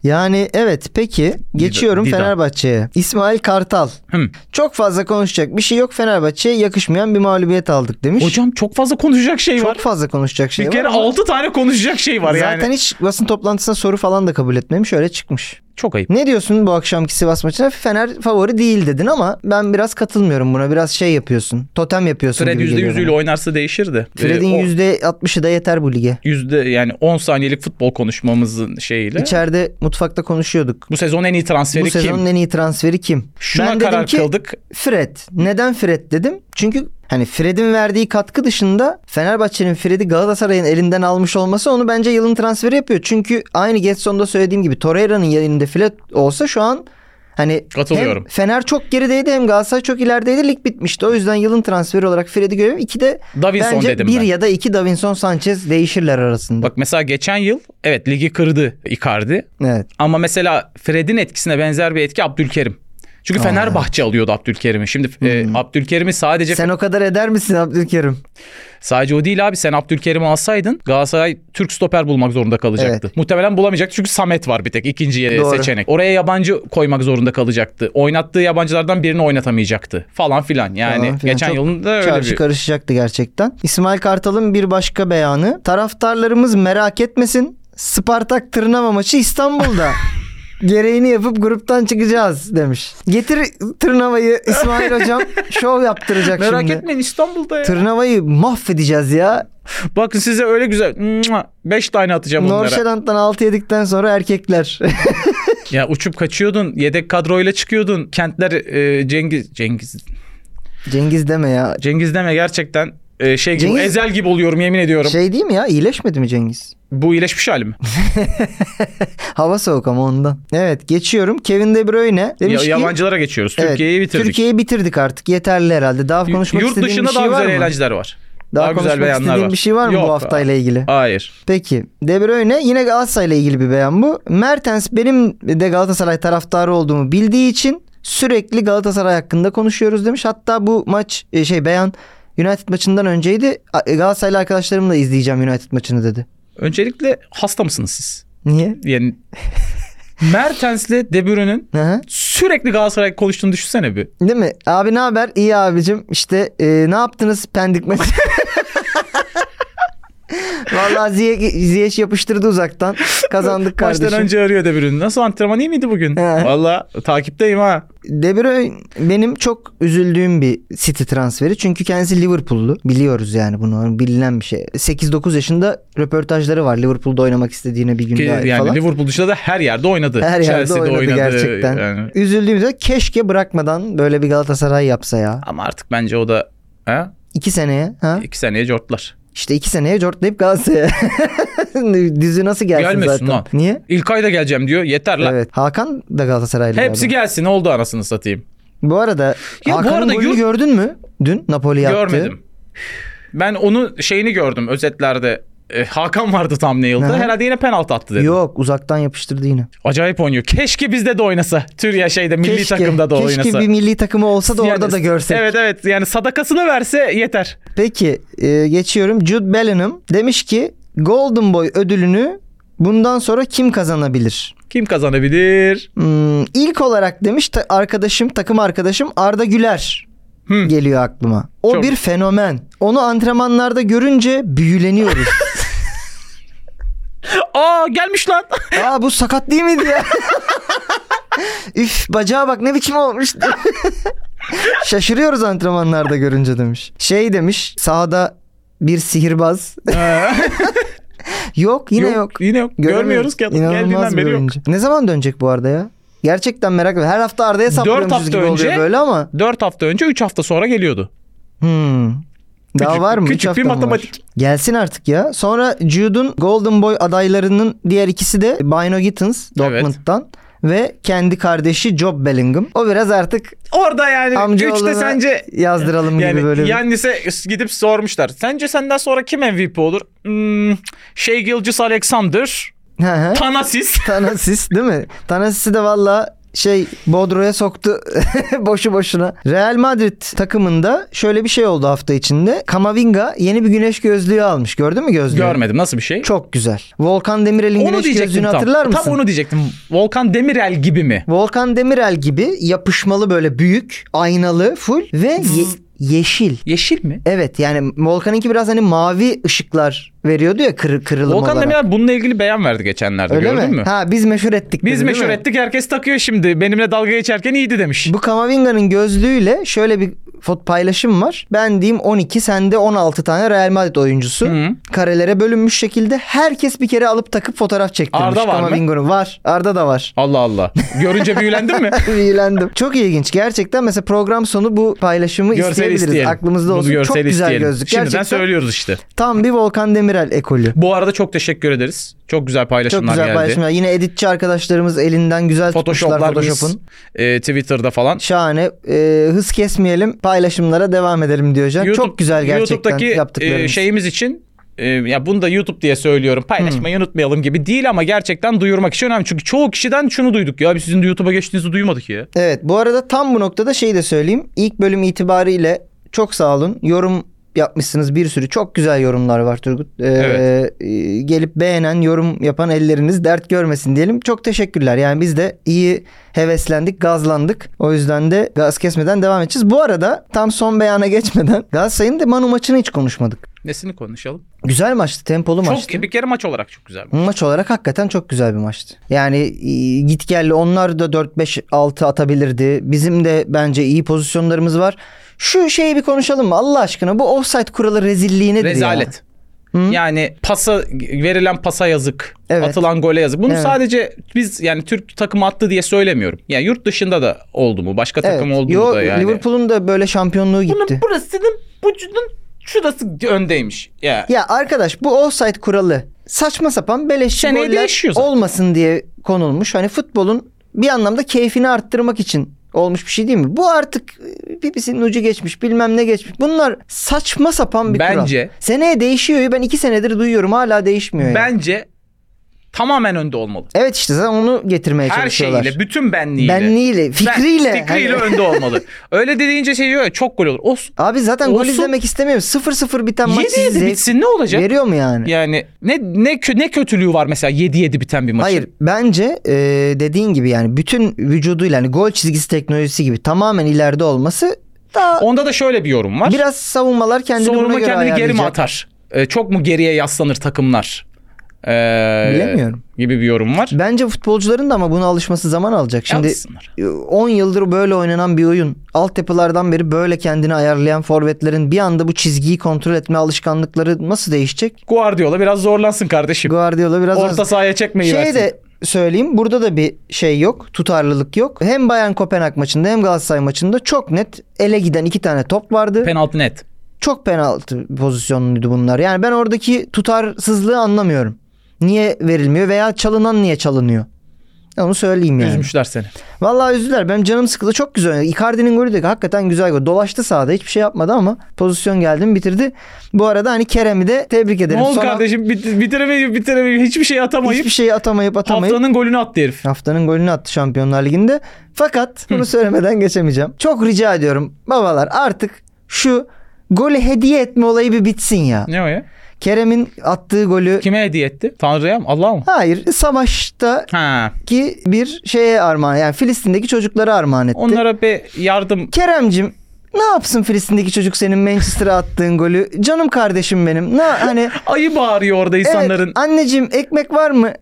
[SPEAKER 3] Yani evet peki geçiyorum
[SPEAKER 2] Dida.
[SPEAKER 3] Fenerbahçe'ye. İsmail Kartal.
[SPEAKER 2] Hım.
[SPEAKER 3] Çok fazla konuşacak bir şey yok Fenerbahçe'ye yakışmayan bir mağlubiyet aldık demiş.
[SPEAKER 2] Hocam çok fazla konuşacak şey var.
[SPEAKER 3] Çok fazla konuşacak şey
[SPEAKER 2] bir
[SPEAKER 3] var.
[SPEAKER 2] kere
[SPEAKER 3] ama
[SPEAKER 2] 6 tane konuşacak şey var
[SPEAKER 3] Zaten
[SPEAKER 2] yani.
[SPEAKER 3] hiç basın toplantısına soru falan da kabul etmemiş öyle çıkmış.
[SPEAKER 2] Çok ayıp.
[SPEAKER 3] Ne diyorsun bu akşamki Sivas maçına? Fener favori değil dedin ama ben biraz katılmıyorum buna. Biraz şey yapıyorsun. Totem yapıyorsun
[SPEAKER 2] Fred
[SPEAKER 3] gibi geliyor
[SPEAKER 2] %100'üyle
[SPEAKER 3] bana.
[SPEAKER 2] oynarsa değişirdi. Ee,
[SPEAKER 3] Fred'in %60'ı da yeter bu lige.
[SPEAKER 2] yüzde yani 10 saniyelik futbol konuşmamızın şeyiyle.
[SPEAKER 3] İçeride mutfakta konuşuyorduk.
[SPEAKER 2] bu sezon en iyi transferi
[SPEAKER 3] Bu sezonun
[SPEAKER 2] kim?
[SPEAKER 3] en iyi transferi kim?
[SPEAKER 2] Şuna
[SPEAKER 3] ben dedim
[SPEAKER 2] karar
[SPEAKER 3] ki
[SPEAKER 2] kıldık.
[SPEAKER 3] Fred. Neden Fred dedim? Çünkü hani Fred'in verdiği katkı dışında Fenerbahçe'nin Fred'i Galatasaray'ın elinden almış olması onu bence yılın transferi yapıyor. Çünkü aynı Getson'da söylediğim gibi Torreira'nın yerinde Fred olsa şu an hani
[SPEAKER 2] Katılıyorum.
[SPEAKER 3] hem Fener çok gerideydi hem Galatasaray çok ilerideydi. Lig bitmişti. O yüzden yılın transferi olarak Fred'i görüyorum. İki de
[SPEAKER 2] Davinson
[SPEAKER 3] bence
[SPEAKER 2] dedim
[SPEAKER 3] bir
[SPEAKER 2] ben.
[SPEAKER 3] ya da iki Davinson Sanchez değişirler arasında.
[SPEAKER 2] Bak mesela geçen yıl evet ligi kırdı Icardi.
[SPEAKER 3] Evet.
[SPEAKER 2] Ama mesela Fred'in etkisine benzer bir etki Abdülkerim. Çünkü Fenerbahçe alıyordu Abdülkerim'i. Şimdi e, Abdülkerim'i sadece
[SPEAKER 3] Sen o kadar eder misin Abdülkerim?
[SPEAKER 2] sadece o değil abi. Sen Abdülkerim'i alsaydın Galatasaray Türk stoper bulmak zorunda kalacaktı.
[SPEAKER 3] Evet.
[SPEAKER 2] Muhtemelen bulamayacaktı çünkü Samet var bir tek ikinci yere
[SPEAKER 3] Doğru.
[SPEAKER 2] seçenek. Oraya yabancı koymak zorunda kalacaktı. Oynattığı yabancılardan birini oynatamayacaktı falan filan. Yani
[SPEAKER 3] Falan filan.
[SPEAKER 2] geçen
[SPEAKER 3] Çok
[SPEAKER 2] yılın da öyle
[SPEAKER 3] Çarşı
[SPEAKER 2] bir
[SPEAKER 3] karışacaktı gerçekten. İsmail Kartal'ın bir başka beyanı. Taraftarlarımız merak etmesin. Spartak Tırnava maçı İstanbul'da. Gereğini yapıp gruptan çıkacağız demiş. Getir Tırnava'yı İsmail Hocam şov yaptıracak
[SPEAKER 2] Merak
[SPEAKER 3] şimdi.
[SPEAKER 2] etmeyin İstanbul'da ya.
[SPEAKER 3] Tırnava'yı mahvedeceğiz ya.
[SPEAKER 2] Bakın size öyle güzel. 5 tane atacağım onlara.
[SPEAKER 3] Norşelant'tan 6 yedikten sonra erkekler.
[SPEAKER 2] Ya uçup kaçıyordun. Yedek kadroyla çıkıyordun. Kentler e, Cengiz Cengiz
[SPEAKER 3] Cengiz deme ya.
[SPEAKER 2] Cengiz deme gerçekten e, şey gibi
[SPEAKER 3] Cengiz-
[SPEAKER 2] ezel gibi oluyorum yemin ediyorum.
[SPEAKER 3] Şey değil mi ya iyileşmedi mi Cengiz?
[SPEAKER 2] Bu iyileşmiş halim mi?
[SPEAKER 3] Hava soğuk ama ondan. Evet geçiyorum. Kevin De Bruyne
[SPEAKER 2] Ya-
[SPEAKER 3] demiş ki...
[SPEAKER 2] yabancılara geçiyoruz.
[SPEAKER 3] Evet,
[SPEAKER 2] Türkiye'yi bitirdik.
[SPEAKER 3] Türkiye'yi bitirdik artık. Yeterli herhalde. Daha konuşmak
[SPEAKER 2] Yurt
[SPEAKER 3] istediğin
[SPEAKER 2] dışında
[SPEAKER 3] bir şey
[SPEAKER 2] daha
[SPEAKER 3] var
[SPEAKER 2] güzel
[SPEAKER 3] mı?
[SPEAKER 2] eğlenceler var.
[SPEAKER 3] daha,
[SPEAKER 2] daha güzel
[SPEAKER 3] konuşmak
[SPEAKER 2] beyanlar
[SPEAKER 3] istediğin
[SPEAKER 2] var.
[SPEAKER 3] bir şey var mı
[SPEAKER 2] Yok.
[SPEAKER 3] bu haftayla ilgili?
[SPEAKER 2] Hayır.
[SPEAKER 3] Peki. De Bruyne yine Galatasaray'la ilgili bir beyan bu. Mertens benim de Galatasaray taraftarı olduğumu bildiği için sürekli Galatasaray hakkında konuşuyoruz demiş. Hatta bu maç e, şey beyan United maçından önceydi. A- e, Galatasaraylı arkadaşlarımla izleyeceğim United maçını dedi.
[SPEAKER 2] Öncelikle hasta mısınız siz?
[SPEAKER 3] Niye?
[SPEAKER 2] Yani Mertens'le De Bruyne'nin
[SPEAKER 3] Hı hı.
[SPEAKER 2] sürekli Galatasaray konuştuğunu düşünsene bir.
[SPEAKER 3] Değil mi? Abi ne haber? İyi abicim. İşte e, ne yaptınız pendik maçı? Vallahi Ziye, Ziyeş yapıştırdı uzaktan. Kazandık kardeşim.
[SPEAKER 2] Maçtan önce arıyor De Bruyne. Nasıl antrenman iyi miydi bugün?
[SPEAKER 3] He.
[SPEAKER 2] Valla takipteyim ha.
[SPEAKER 3] De Bruyne benim çok üzüldüğüm bir City transferi. Çünkü kendisi Liverpool'lu. Biliyoruz yani bunu. Bilinen bir şey. 8-9 yaşında röportajları var. Liverpool'da oynamak istediğine bir gün
[SPEAKER 2] Ki,
[SPEAKER 3] dair
[SPEAKER 2] yani
[SPEAKER 3] falan.
[SPEAKER 2] Liverpool dışında da her yerde oynadı.
[SPEAKER 3] Her yerde
[SPEAKER 2] Chelsea'de
[SPEAKER 3] oynadı, gerçekten.
[SPEAKER 2] yani.
[SPEAKER 3] Üzüldüğümüzde keşke bırakmadan böyle bir Galatasaray yapsa ya.
[SPEAKER 2] Ama artık bence o da ha?
[SPEAKER 3] İki seneye. Ha?
[SPEAKER 2] iki seneye cortlar.
[SPEAKER 3] İşte iki seneye cortlayıp Galatasaray'a. Dizi nasıl gelsin
[SPEAKER 2] Gelmesin
[SPEAKER 3] zaten?
[SPEAKER 2] lan.
[SPEAKER 3] Niye?
[SPEAKER 2] İlk ayda geleceğim diyor. Yeter lan.
[SPEAKER 3] Evet. Hakan da Galatasaraylı
[SPEAKER 2] Hepsi
[SPEAKER 3] galiba.
[SPEAKER 2] gelsin oldu anasını satayım.
[SPEAKER 3] Bu arada
[SPEAKER 2] bu
[SPEAKER 3] Hakan'ın
[SPEAKER 2] arada
[SPEAKER 3] golünü
[SPEAKER 2] yurt-
[SPEAKER 3] gördün mü? Dün Napoli yaptı.
[SPEAKER 2] Görmedim. Ben onu şeyini gördüm özetlerde. E, Hakan vardı
[SPEAKER 3] Hı
[SPEAKER 2] thumbnail'da.
[SPEAKER 3] hı.
[SPEAKER 2] Herhalde yine penaltı attı dedim.
[SPEAKER 3] Yok uzaktan yapıştırdı yine.
[SPEAKER 2] Acayip oynuyor. Keşke bizde de oynasa. Türkiye şeyde milli
[SPEAKER 3] Keşke-
[SPEAKER 2] takımda da
[SPEAKER 3] Keşke
[SPEAKER 2] oynasa.
[SPEAKER 3] bir milli takımı olsa da
[SPEAKER 2] Yani-
[SPEAKER 3] orada da görsek.
[SPEAKER 2] Evet evet yani sadakasını verse yeter.
[SPEAKER 3] Peki e, geçiyorum. Jude Bellingham demiş ki Golden Boy ödülünü bundan sonra kim kazanabilir?
[SPEAKER 2] Kim kazanabilir?
[SPEAKER 3] Hmm, ilk olarak demiş ta- arkadaşım takım arkadaşım Arda Güler
[SPEAKER 2] Hmm.
[SPEAKER 3] geliyor aklıma. O
[SPEAKER 2] Çok-
[SPEAKER 3] bir fenomen. Onu antrenmanlarda görünce büyüleniyoruz.
[SPEAKER 2] Aa gelmiş lan.
[SPEAKER 3] Aa bu sakat değil miydi ya? Üf bacağa bak ne biçim olmuş. Şaşırıyoruz antrenmanlarda görünce demiş. Şey demiş sahada bir sihirbaz. yok yine yok.
[SPEAKER 2] Yine Ee, yok. Görmüyoruz ki adam
[SPEAKER 3] İnanılmaz
[SPEAKER 2] geldiğinden
[SPEAKER 3] bir
[SPEAKER 2] beri yok.
[SPEAKER 3] oyuncu. Ne zaman dönecek bu arada ya? Gerçekten merak ediyorum. Her hafta Arda'ya saplıyormuşuz
[SPEAKER 2] hafta
[SPEAKER 3] gibi
[SPEAKER 2] önce-
[SPEAKER 3] oluyor böyle ama.
[SPEAKER 2] 4 hafta önce 3 hafta sonra geliyordu.
[SPEAKER 3] Hmm. Daha
[SPEAKER 2] Küçük-
[SPEAKER 3] var mı? Üç
[SPEAKER 2] küçük bir
[SPEAKER 3] hafta mı var?
[SPEAKER 2] matematik.
[SPEAKER 3] Gelsin artık ya. Sonra Jude'un Golden Boy adaylarının diğer ikisi de Bino Gittins
[SPEAKER 2] Evet.
[SPEAKER 3] Dortmund'dan ve kendi kardeşi Job Bellingham. O biraz artık
[SPEAKER 2] Orada yani 3 de
[SPEAKER 3] amcaoğluna
[SPEAKER 2] sence
[SPEAKER 3] yazdıralım gibi böyle.
[SPEAKER 2] yani
[SPEAKER 3] bir-
[SPEAKER 2] Yannis'e gidip sormuşlar. Sence senden sonra kim MVP olur? Hmm, şey Gilgis Alexander,
[SPEAKER 3] Hı hı.
[SPEAKER 2] Tanasis.
[SPEAKER 3] Tanasis değil mi? Tanasis'i de valla şey Bodro'ya soktu boşu boşuna. Real Madrid takımında şöyle bir şey oldu hafta içinde. Kamavinga yeni bir güneş gözlüğü almış. Gördün mü gözlüğü?
[SPEAKER 2] Görmedim nasıl bir şey?
[SPEAKER 3] Çok güzel. Volkan Demirel'in
[SPEAKER 2] onu
[SPEAKER 3] güneş
[SPEAKER 2] diyecektim
[SPEAKER 3] gözlüğünü
[SPEAKER 2] tam.
[SPEAKER 3] hatırlar mısın?
[SPEAKER 2] Tam onu diyecektim. Volkan Demirel gibi mi?
[SPEAKER 3] Volkan Demirel gibi yapışmalı böyle büyük, aynalı, full ve
[SPEAKER 2] Hmm.
[SPEAKER 3] ye- yeşil.
[SPEAKER 2] Yeşil mi?
[SPEAKER 3] Evet yani Volkan'ınki biraz hani mavi ışıklar veriyordu ya kırı, kırılım
[SPEAKER 2] Volkan
[SPEAKER 3] olarak.
[SPEAKER 2] Demirel bununla ilgili beyan verdi geçenlerde
[SPEAKER 3] Öyle
[SPEAKER 2] gördün
[SPEAKER 3] mi?
[SPEAKER 2] mü?
[SPEAKER 3] Ha biz meşhur ettik
[SPEAKER 2] Biz
[SPEAKER 3] dedi, değil
[SPEAKER 2] meşhur
[SPEAKER 3] mi?
[SPEAKER 2] ettik herkes takıyor şimdi. Benimle dalga geçerken iyiydi demiş.
[SPEAKER 3] Bu Kamavinga'nın gözlüğüyle şöyle bir foto paylaşım var. Ben diyeyim 12 sende 16 tane Real Madrid oyuncusu.
[SPEAKER 2] Hı.
[SPEAKER 3] Karelere bölünmüş şekilde herkes bir kere alıp takıp fotoğraf çektirmiş.
[SPEAKER 2] Arda var mı?
[SPEAKER 3] Kamavinga'nın var. Arda da var.
[SPEAKER 2] Allah Allah. Görünce büyülendin mi?
[SPEAKER 3] İyilendim. Çok ilginç. Gerçekten mesela program sonu bu paylaşımı
[SPEAKER 2] Görsel
[SPEAKER 3] isteyebiliriz.
[SPEAKER 2] isteyelim.
[SPEAKER 3] Aklımızda
[SPEAKER 2] Bunu
[SPEAKER 3] olsun. Çok
[SPEAKER 2] görsel
[SPEAKER 3] güzel
[SPEAKER 2] isteyelim.
[SPEAKER 3] gözlük.
[SPEAKER 2] Şimdiden
[SPEAKER 3] Gerçekten
[SPEAKER 2] söylüyoruz işte.
[SPEAKER 3] tam bir Volkan Demirel ekolü.
[SPEAKER 2] Bu arada çok teşekkür ederiz. Çok güzel paylaşımlar
[SPEAKER 3] Çok güzel
[SPEAKER 2] geldi.
[SPEAKER 3] paylaşımlar. Yine editçi arkadaşlarımız elinden güzel tutmuşlar
[SPEAKER 2] Photoshop'lar
[SPEAKER 3] Photoshop'un.
[SPEAKER 2] e, Twitter'da falan.
[SPEAKER 3] Şahane. Ee, hız kesmeyelim. Paylaşımlara devam edelim diyor Can.
[SPEAKER 2] YouTube-
[SPEAKER 3] Çok güzel gerçekten
[SPEAKER 2] YouTube'daki
[SPEAKER 3] yaptıklarımız.
[SPEAKER 2] e, şeyimiz için e, ya bunu da YouTube diye söylüyorum. Paylaşmayı
[SPEAKER 3] Hmm.
[SPEAKER 2] unutmayalım gibi değil ama gerçekten duyurmak için önemli. Çünkü çoğu kişiden şunu duyduk ya. Biz sizin de YouTube'a geçtiğinizi duymadık ya.
[SPEAKER 3] Evet bu arada tam bu noktada şeyi de söyleyeyim. İlk bölüm itibariyle çok sağ olun. Yorum yapmışsınız bir sürü. Çok güzel yorumlar var Turgut. Ee,
[SPEAKER 2] Evet.
[SPEAKER 3] e, Gelip beğenen, yorum yapan elleriniz dert görmesin diyelim. Çok teşekkürler. Yani biz de iyi heveslendik, gazlandık. O yüzden de gaz kesmeden devam edeceğiz. Bu arada tam son beyana geçmeden Galatasaray'ın da Manu maçını hiç konuşmadık.
[SPEAKER 2] Nesini konuşalım?
[SPEAKER 3] Güzel maçtı, tempolu
[SPEAKER 2] Çok
[SPEAKER 3] maçtı.
[SPEAKER 2] bir kere maç olarak çok güzel.
[SPEAKER 3] Maç olarak hakikaten çok güzel bir maçtı. Yani e, git gelli onlar da 4-5-6 atabilirdi. Bizim de bence iyi pozisyonlarımız var. Şu şeyi bir konuşalım mı Allah aşkına? Bu offside kuralı rezilliği nedir ya?
[SPEAKER 2] Rezalet.
[SPEAKER 3] Hı?
[SPEAKER 2] Yani pasa verilen pasa yazık,
[SPEAKER 3] Evet.
[SPEAKER 2] atılan gole yazık. Bunu
[SPEAKER 3] Evet.
[SPEAKER 2] sadece biz yani Türk takımı attı diye söylemiyorum. Yani yurt dışında da oldu mu, başka takım oldu mu
[SPEAKER 3] Yo,
[SPEAKER 2] da yani.
[SPEAKER 3] Liverpool'un da böyle şampiyonluğu gitti.
[SPEAKER 2] Bunun burasının bucunun şurası öndeymiş. Ya
[SPEAKER 3] Ya arkadaş bu offside kuralı saçma sapan beleşçi
[SPEAKER 2] Seneye
[SPEAKER 3] goller
[SPEAKER 2] değişiyor zaten.
[SPEAKER 3] olmasın diye konulmuş. Hani futbolun bir anlamda keyfini arttırmak için olmuş bir şey değil mi? Bu artık e, birbirinin ucu geçmiş bilmem ne geçmiş. Bunlar saçma sapan bir kural.
[SPEAKER 2] Bence-
[SPEAKER 3] Seneye değişiyor. Ben iki senedir duyuyorum hala değişmiyor. yani.
[SPEAKER 2] bence tamamen önde olmalı.
[SPEAKER 3] Evet işte zaten onu getirmeye
[SPEAKER 2] Her
[SPEAKER 3] çalışıyorlar.
[SPEAKER 2] şeyiyle, bütün benliğiyle.
[SPEAKER 3] Benliğiyle, fikriyle.
[SPEAKER 2] Ben- fikriyle
[SPEAKER 3] Hani-
[SPEAKER 2] önde olmalı. Öyle dediğince şey diyor ya, çok gol olur. Olsun.
[SPEAKER 3] Abi zaten gol
[SPEAKER 2] Olsun.
[SPEAKER 3] izlemek istemiyorum. 0-0 biten maç
[SPEAKER 2] 7
[SPEAKER 3] sizi
[SPEAKER 2] 7
[SPEAKER 3] zevk
[SPEAKER 2] bitsin ne olacak?
[SPEAKER 3] veriyor mu yani?
[SPEAKER 2] Yani ne ne kö- ne kötülüğü var mesela 7 7 biten bir maçın.
[SPEAKER 3] Hayır bence e, dediğin gibi yani bütün vücuduyla hani gol çizgisi teknolojisi gibi tamamen ileride olması daha
[SPEAKER 2] Onda da şöyle bir yorum var.
[SPEAKER 3] biraz savunmalar kendini buna
[SPEAKER 2] Savunma
[SPEAKER 3] göre
[SPEAKER 2] kendini geri mi
[SPEAKER 3] ayarlayacak.
[SPEAKER 2] atar? Ee, çok mu geriye yaslanır takımlar? Ee,
[SPEAKER 3] Bilemiyorum.
[SPEAKER 2] Gibi bir yorum var.
[SPEAKER 3] Bence futbolcuların da ama buna alışması zaman alacak. Şimdi
[SPEAKER 2] Yapsınlar.
[SPEAKER 3] e, 10 yıldır böyle oynanan bir oyun. Altyapılardan beri böyle kendini ayarlayan forvetlerin bir anda bu çizgiyi kontrol etme alışkanlıkları nasıl değişecek?
[SPEAKER 2] Guardiola biraz zorlansın kardeşim.
[SPEAKER 3] Guardiola biraz
[SPEAKER 2] Orta sahaya çekmeyi
[SPEAKER 3] Şey
[SPEAKER 2] versin.
[SPEAKER 3] de söyleyeyim burada da bir şey yok tutarlılık yok. Hem Bayern Kopenhag maçında hem Galatasaray maçında çok net ele giden iki tane top vardı.
[SPEAKER 2] Penaltı net.
[SPEAKER 3] çok penaltı pozisyonuydu bunlar. Yani ben oradaki tutarsızlığı anlamıyorum. niye verilmiyor veya çalınan niye çalınıyor? Onu söyleyeyim yani.
[SPEAKER 2] Üzmüşler seni.
[SPEAKER 3] Vallahi üzdüler. Benim canım sıkıldı. Çok güzel oynadı. Icardi'nin golü de hakikaten güzel gol. Dolaştı sahada. Hiçbir şey yapmadı ama pozisyon geldi mi bitirdi. Bu arada hani Kerem'i de tebrik ederim.
[SPEAKER 2] Ne oldu
[SPEAKER 3] Son an-
[SPEAKER 2] kardeşim Bit- bitiremeyip bitiremeyip hiçbir şey atamayıp
[SPEAKER 3] Hiçbir şeyi atamayıp atamayıp
[SPEAKER 2] haftanın golünü attı herif.
[SPEAKER 3] Haftanın golünü attı Şampiyonlar Ligi'nde. Fakat bunu söylemeden geçemeyeceğim. Çok rica ediyorum babalar artık şu golü hediye etme olayı bir bitsin ya.
[SPEAKER 2] Ne o ya?
[SPEAKER 3] Kerem'in attığı golü
[SPEAKER 2] Kime hediye etti? Tanrı'ya mı? Allah'a mı?
[SPEAKER 3] hayır savaştaki
[SPEAKER 2] Ha.
[SPEAKER 3] bir şeye armağan yani Filistin'deki çocuklara armağan etti.
[SPEAKER 2] Onlara bir yardım.
[SPEAKER 3] Kerem'cim ne yapsın Filistin'deki çocuk senin Manchester'a attığın golü? Canım kardeşim benim. Ne hani
[SPEAKER 2] Ayı bağırıyor orada insanların.
[SPEAKER 3] Evet, anneciğim ekmek var mı?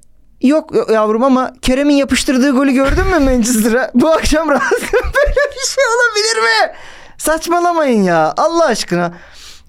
[SPEAKER 3] Yok yavrum ama Kerem'in yapıştırdığı golü gördün mü Manchester'a? Bu akşam rahatsız böyle bir şey olabilir mi? Saçmalamayın ya Allah aşkına.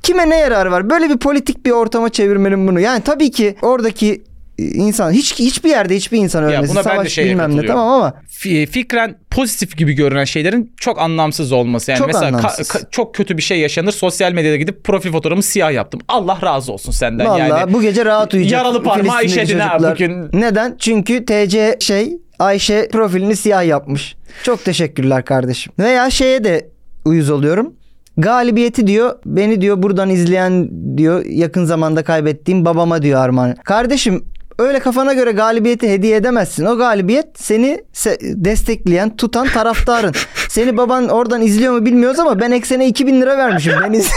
[SPEAKER 3] Kime ne yarar var? Böyle bir politik bir ortama çevirmenin bunu. Yani tabii ki oradaki e, insan hiç hiçbir yerde hiçbir insan ölmesin.
[SPEAKER 2] buna ben de
[SPEAKER 3] Savaş
[SPEAKER 2] şeye
[SPEAKER 3] bilmem ne
[SPEAKER 2] katılıyorum.
[SPEAKER 3] tamam ama
[SPEAKER 2] Fi- fikren pozitif gibi görünen şeylerin çok anlamsız olması. Yani
[SPEAKER 3] Çok
[SPEAKER 2] mesela ka-
[SPEAKER 3] anlamsız.
[SPEAKER 2] ka- çok kötü bir şey yaşanır. Sosyal medyada gidip profil fotoğrafımı siyah yaptım. Allah razı olsun senden
[SPEAKER 3] Vallahi
[SPEAKER 2] yani.
[SPEAKER 3] bu gece rahat uyuyacak.
[SPEAKER 2] Yaralı parmağı
[SPEAKER 3] Filistinli
[SPEAKER 2] işedin ha
[SPEAKER 3] çocuklar.
[SPEAKER 2] bugün.
[SPEAKER 3] Neden? Çünkü TC şey Ayşe profilini siyah yapmış. Çok teşekkürler kardeşim. Veya şeye de uyuz oluyorum. Galibiyeti diyor beni diyor buradan izleyen diyor yakın zamanda kaybettiğim babama diyor armağan. Kardeşim öyle kafana göre galibiyeti hediye edemezsin. O galibiyet seni se- destekleyen, tutan taraftarın. Seni baban oradan izliyor mu bilmiyoruz ama ben eksene 2000 lira vermişim. Ben iz-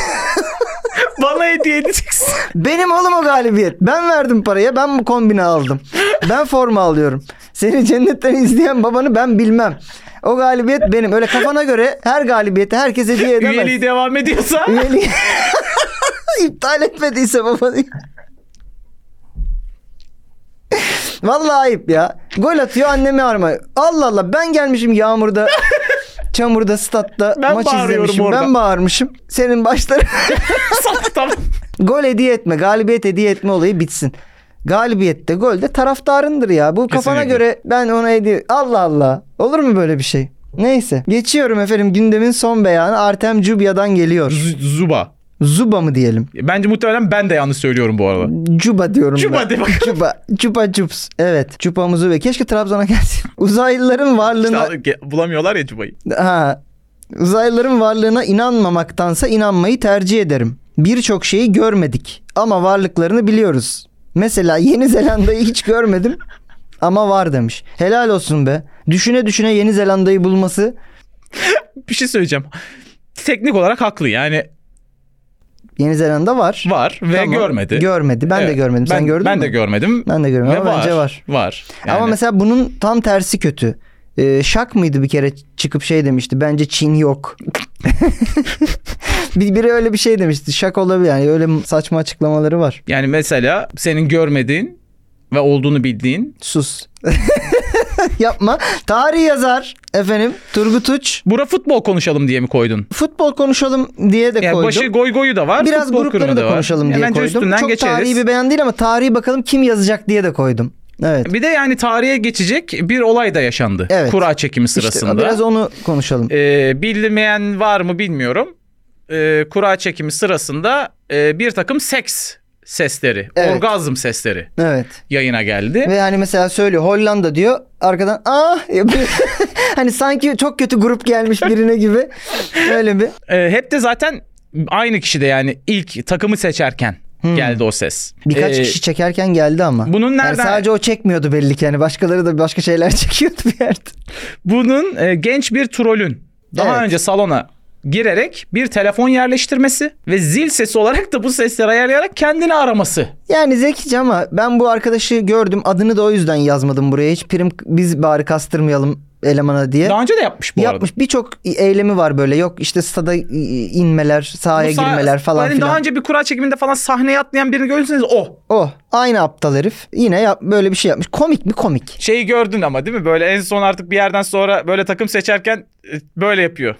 [SPEAKER 2] Bana hediye edeceksin.
[SPEAKER 3] Benim oğlum o galibiyet. Ben verdim paraya. Ben bu kombine aldım. Ben forma alıyorum. Seni cennetten izleyen babanı ben bilmem. O galibiyet benim. Öyle kafana göre her galibiyeti herkes hediye edemez.
[SPEAKER 2] Üyeliği devam ediyorsa.
[SPEAKER 3] Üyeliği... İptal etmediyse babanı. Vallahi ayıp ya. Gol atıyor anneme arma. Allah Allah ben gelmişim yağmurda. Çamurda, statta
[SPEAKER 2] Ben
[SPEAKER 3] maç
[SPEAKER 2] bağırıyorum
[SPEAKER 3] izlemişim.
[SPEAKER 2] orada.
[SPEAKER 3] Ben bağırmışım. Senin başları
[SPEAKER 2] Salak tamam.
[SPEAKER 3] Gol hediye etme, galibiyet hediye etme olayı bitsin. Galibiyette, golde taraftarındır ya. Bu kafana
[SPEAKER 2] Kesinlikle.
[SPEAKER 3] göre ben ona hediye... Allah Allah. Olur mu böyle bir şey? Neyse. Geçiyorum efendim gündemin son beyanı Artem Cubia'dan geliyor.
[SPEAKER 2] Z- Zuba.
[SPEAKER 3] Zuba mı diyelim?
[SPEAKER 2] Bence muhtemelen ben de yanlış söylüyorum bu arada.
[SPEAKER 3] Cuba diyorum ben.
[SPEAKER 2] Cuba de bakalım.
[SPEAKER 3] Cuba. Cuba Cups. Evet. Cupa'mızı ve keşke Trabzon'a gelsin. Uzaylıların
[SPEAKER 2] İşte
[SPEAKER 3] varlığına...
[SPEAKER 2] al- ge- bulamıyorlar ya Cuba'yı.
[SPEAKER 3] Ha. Uzaylıların varlığına inanmamaktansa inanmayı tercih ederim. Birçok şeyi görmedik ama varlıklarını biliyoruz. Mesela Yeni Zelanda'yı hiç görmedim ama var demiş. Helal olsun be. Düşüne düşüne Yeni Zelanda'yı bulması
[SPEAKER 2] Bir şey söyleyeceğim. Teknik olarak haklı yani
[SPEAKER 3] Yeni Zelanda var.
[SPEAKER 2] var ve
[SPEAKER 3] Tamam.
[SPEAKER 2] görmedi.
[SPEAKER 3] Görmedi. Ben, de görmedim. Sen
[SPEAKER 2] ben-
[SPEAKER 3] gördün
[SPEAKER 2] ben
[SPEAKER 3] mü?
[SPEAKER 2] de görmedim.
[SPEAKER 3] ben de görmedim
[SPEAKER 2] Ve
[SPEAKER 3] ama bence var.
[SPEAKER 2] Var.
[SPEAKER 3] Ama
[SPEAKER 2] Yani
[SPEAKER 3] mesela bunun tam tersi kötü. Ee, şak mıydı bir kere çıkıp şey demişti. Bence Çin yok. bir, biri öyle bir şey demişti. Şak olabilir yani öyle saçma açıklamaları var.
[SPEAKER 2] yani mesela senin görmediğin ve olduğunu bildiğin
[SPEAKER 3] Sus. Yapma. Tarih yazar efendim Turgut Uç.
[SPEAKER 2] Bura futbol konuşalım diye mi koydun?
[SPEAKER 3] Futbol konuşalım diye de
[SPEAKER 2] Yani
[SPEAKER 3] koydum.
[SPEAKER 2] başı goy goyu da var.
[SPEAKER 3] Biraz
[SPEAKER 2] futbol kırımı
[SPEAKER 3] grupları da
[SPEAKER 2] var.
[SPEAKER 3] konuşalım
[SPEAKER 2] Yani
[SPEAKER 3] diye
[SPEAKER 2] bence
[SPEAKER 3] koydum.
[SPEAKER 2] üstünden
[SPEAKER 3] Çok
[SPEAKER 2] geçeriz.
[SPEAKER 3] tarihi bir beyan değil ama tarihi bakalım kim yazacak diye de koydum. Evet.
[SPEAKER 2] Bir de yani tarihe geçecek bir olay da yaşandı.
[SPEAKER 3] Evet.
[SPEAKER 2] Kura çekimi
[SPEAKER 3] İşte
[SPEAKER 2] sırasında.
[SPEAKER 3] biraz onu konuşalım.
[SPEAKER 2] Ee, bilmeyen var mı bilmiyorum. Ee, kura çekimi sırasında e, bir takım seks sesleri,
[SPEAKER 3] Evet.
[SPEAKER 2] orgazm sesleri
[SPEAKER 3] Evet.
[SPEAKER 2] yayına geldi.
[SPEAKER 3] Ve hani mesela söylüyor Hollanda diyor arkadan ah yapıyor. hani sanki çok kötü grup gelmiş birine gibi. Öyle bir.
[SPEAKER 2] Ee, hep de zaten aynı kişi de yani ilk takımı seçerken geldi o ses.
[SPEAKER 3] Hmm. Birkaç
[SPEAKER 2] Ee,
[SPEAKER 3] kişi çekerken geldi ama.
[SPEAKER 2] bunun
[SPEAKER 3] Yani
[SPEAKER 2] nereden-
[SPEAKER 3] sadece o çekmiyordu belli ki. Yani başkaları da başka şeyler çekiyordu bir yerde.
[SPEAKER 2] Bunun e, genç bir trolün daha
[SPEAKER 3] Evet.
[SPEAKER 2] önce salona girerek bir telefon yerleştirmesi ve zil sesi olarak da bu sesleri ayarlayarak kendini araması.
[SPEAKER 3] Yani zekice ama ben bu arkadaşı gördüm. Adını da o yüzden yazmadım buraya. Hiç prim biz bari kastırmayalım elemana diye.
[SPEAKER 2] Daha önce de yapmış bu arada.
[SPEAKER 3] Yapmış birçok eylemi var böyle. Yok işte stada inmeler, sahaya
[SPEAKER 2] Bu sah-
[SPEAKER 3] girmeler falan
[SPEAKER 2] yani
[SPEAKER 3] filan.
[SPEAKER 2] Hani Daha önce bir kura çekiminde falan sahneye atlayan birini görürseniz oh, o.
[SPEAKER 3] O Oh, aynı aptal herif yine yap, böyle bir şey yapmış. Komik mi komik?
[SPEAKER 2] Şeyi gördün ama değil mi? Böyle en son artık bir yerden sonra böyle takım seçerken e, böyle yapıyor.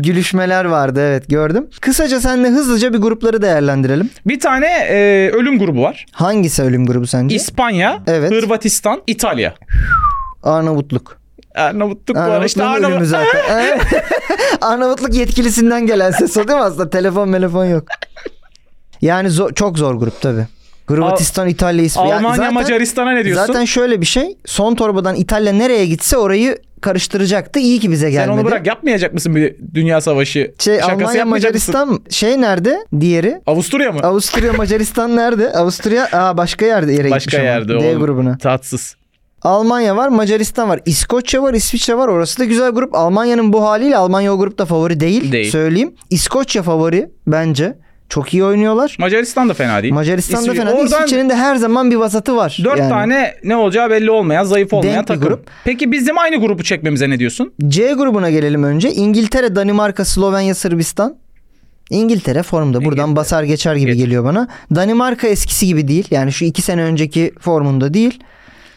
[SPEAKER 3] Gülüşmeler vardı evet gördüm. Kısaca seninle hızlıca bir grupları değerlendirelim.
[SPEAKER 2] Bir tane e, ölüm grubu var.
[SPEAKER 3] Hangisi ölüm grubu sence?
[SPEAKER 2] İspanya,
[SPEAKER 3] Evet.
[SPEAKER 2] Hırvatistan, İtalya.
[SPEAKER 3] Arnavutluk.
[SPEAKER 2] Arnavutluk bu ara işte
[SPEAKER 3] Arnavutluğun
[SPEAKER 2] Arnavut-
[SPEAKER 3] ölümü zaten. Evet. Arnavutluk yetkilisinden gelen ses o değil mi aslında? Telefon telefon yok. Yani zo- çok zor grup tabi. Hırvatistan, İtalya, İsviçre. Ya
[SPEAKER 2] Almanya
[SPEAKER 3] zaten-
[SPEAKER 2] Macaristan'a ne diyorsun?
[SPEAKER 3] Zaten şöyle bir şey. Son torbadan İtalya nereye gitse orayı karıştıracaktı. İyi ki bize
[SPEAKER 2] Sen
[SPEAKER 3] gelmedi.
[SPEAKER 2] onu bırak yapmayacak mısın bir dünya savaşı?
[SPEAKER 3] Şey,
[SPEAKER 2] Şakası
[SPEAKER 3] Almanya,
[SPEAKER 2] yapmayacak mısın?
[SPEAKER 3] Macaristan şey nerede? Diğeri.
[SPEAKER 2] Avusturya mı?
[SPEAKER 3] Avusturya, Macaristan nerede? Avusturya aa başka yerde yere gitmiş
[SPEAKER 2] Başka
[SPEAKER 3] ama.
[SPEAKER 2] yerde
[SPEAKER 3] D
[SPEAKER 2] oğlum.
[SPEAKER 3] grubuna.
[SPEAKER 2] Tatsız.
[SPEAKER 3] Almanya var, Macaristan var, İskoçya var, İsviçre var. Orası da güzel grup. Almanya'nın bu haliyle Almanya o grupta favori değil,
[SPEAKER 2] Değil.
[SPEAKER 3] söyleyeyim. İskoçya favori bence. Çok iyi oynuyorlar.
[SPEAKER 2] Macaristan da fena değil.
[SPEAKER 3] Macaristan da
[SPEAKER 2] İsvi-
[SPEAKER 3] fena. değil.
[SPEAKER 2] Oradan
[SPEAKER 3] İsviçre'nin de her zaman bir vasatı var.
[SPEAKER 2] dört
[SPEAKER 3] yani.
[SPEAKER 2] tane ne olacağı belli olmayan, zayıf olmayan
[SPEAKER 3] Denk bir
[SPEAKER 2] takım.
[SPEAKER 3] grup.
[SPEAKER 2] Peki bizim aynı grubu çekmemize ne diyorsun?
[SPEAKER 3] C grubuna gelelim önce. İngiltere, Danimarka, Slovenya, Sırbistan. İngiltere formda. Buradan
[SPEAKER 2] İngiltere.
[SPEAKER 3] basar geçer gibi
[SPEAKER 2] Geç.
[SPEAKER 3] geliyor bana. Danimarka eskisi gibi değil. Yani şu iki sene önceki formunda değil.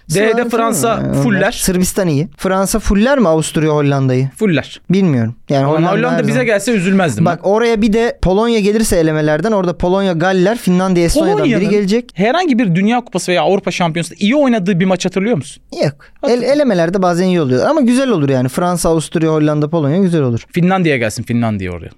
[SPEAKER 2] D'de
[SPEAKER 3] Sıra-
[SPEAKER 2] Fransa
[SPEAKER 3] Onlar.
[SPEAKER 2] fuller.
[SPEAKER 3] Sırbistan iyi. Fransa fuller mi Avusturya Hollanda'yı?
[SPEAKER 2] Fuller.
[SPEAKER 3] Bilmiyorum. Yani
[SPEAKER 2] Ama
[SPEAKER 3] Hollanda,
[SPEAKER 2] Hollanda,
[SPEAKER 3] her
[SPEAKER 2] bize
[SPEAKER 3] zaman-
[SPEAKER 2] gelse üzülmezdim.
[SPEAKER 3] Bak oraya bir de Polonya gelirse elemelerden orada Polonya, Galler, Finlandiya, Estonya'dan biri
[SPEAKER 2] Polonya'nın-
[SPEAKER 3] gelik.
[SPEAKER 2] Herhangi bir Dünya Kupası veya Avrupa Şampiyonası'nda iyi oynadığı bir maç hatırlıyor musun?
[SPEAKER 3] Yok. El, elemelerde bazen iyi oluyor ama güzel olur yani. Fransa, Avusturya, Hollanda, Polonya güzel olur.
[SPEAKER 2] Finlandiya gelsin Finlandiya oraya.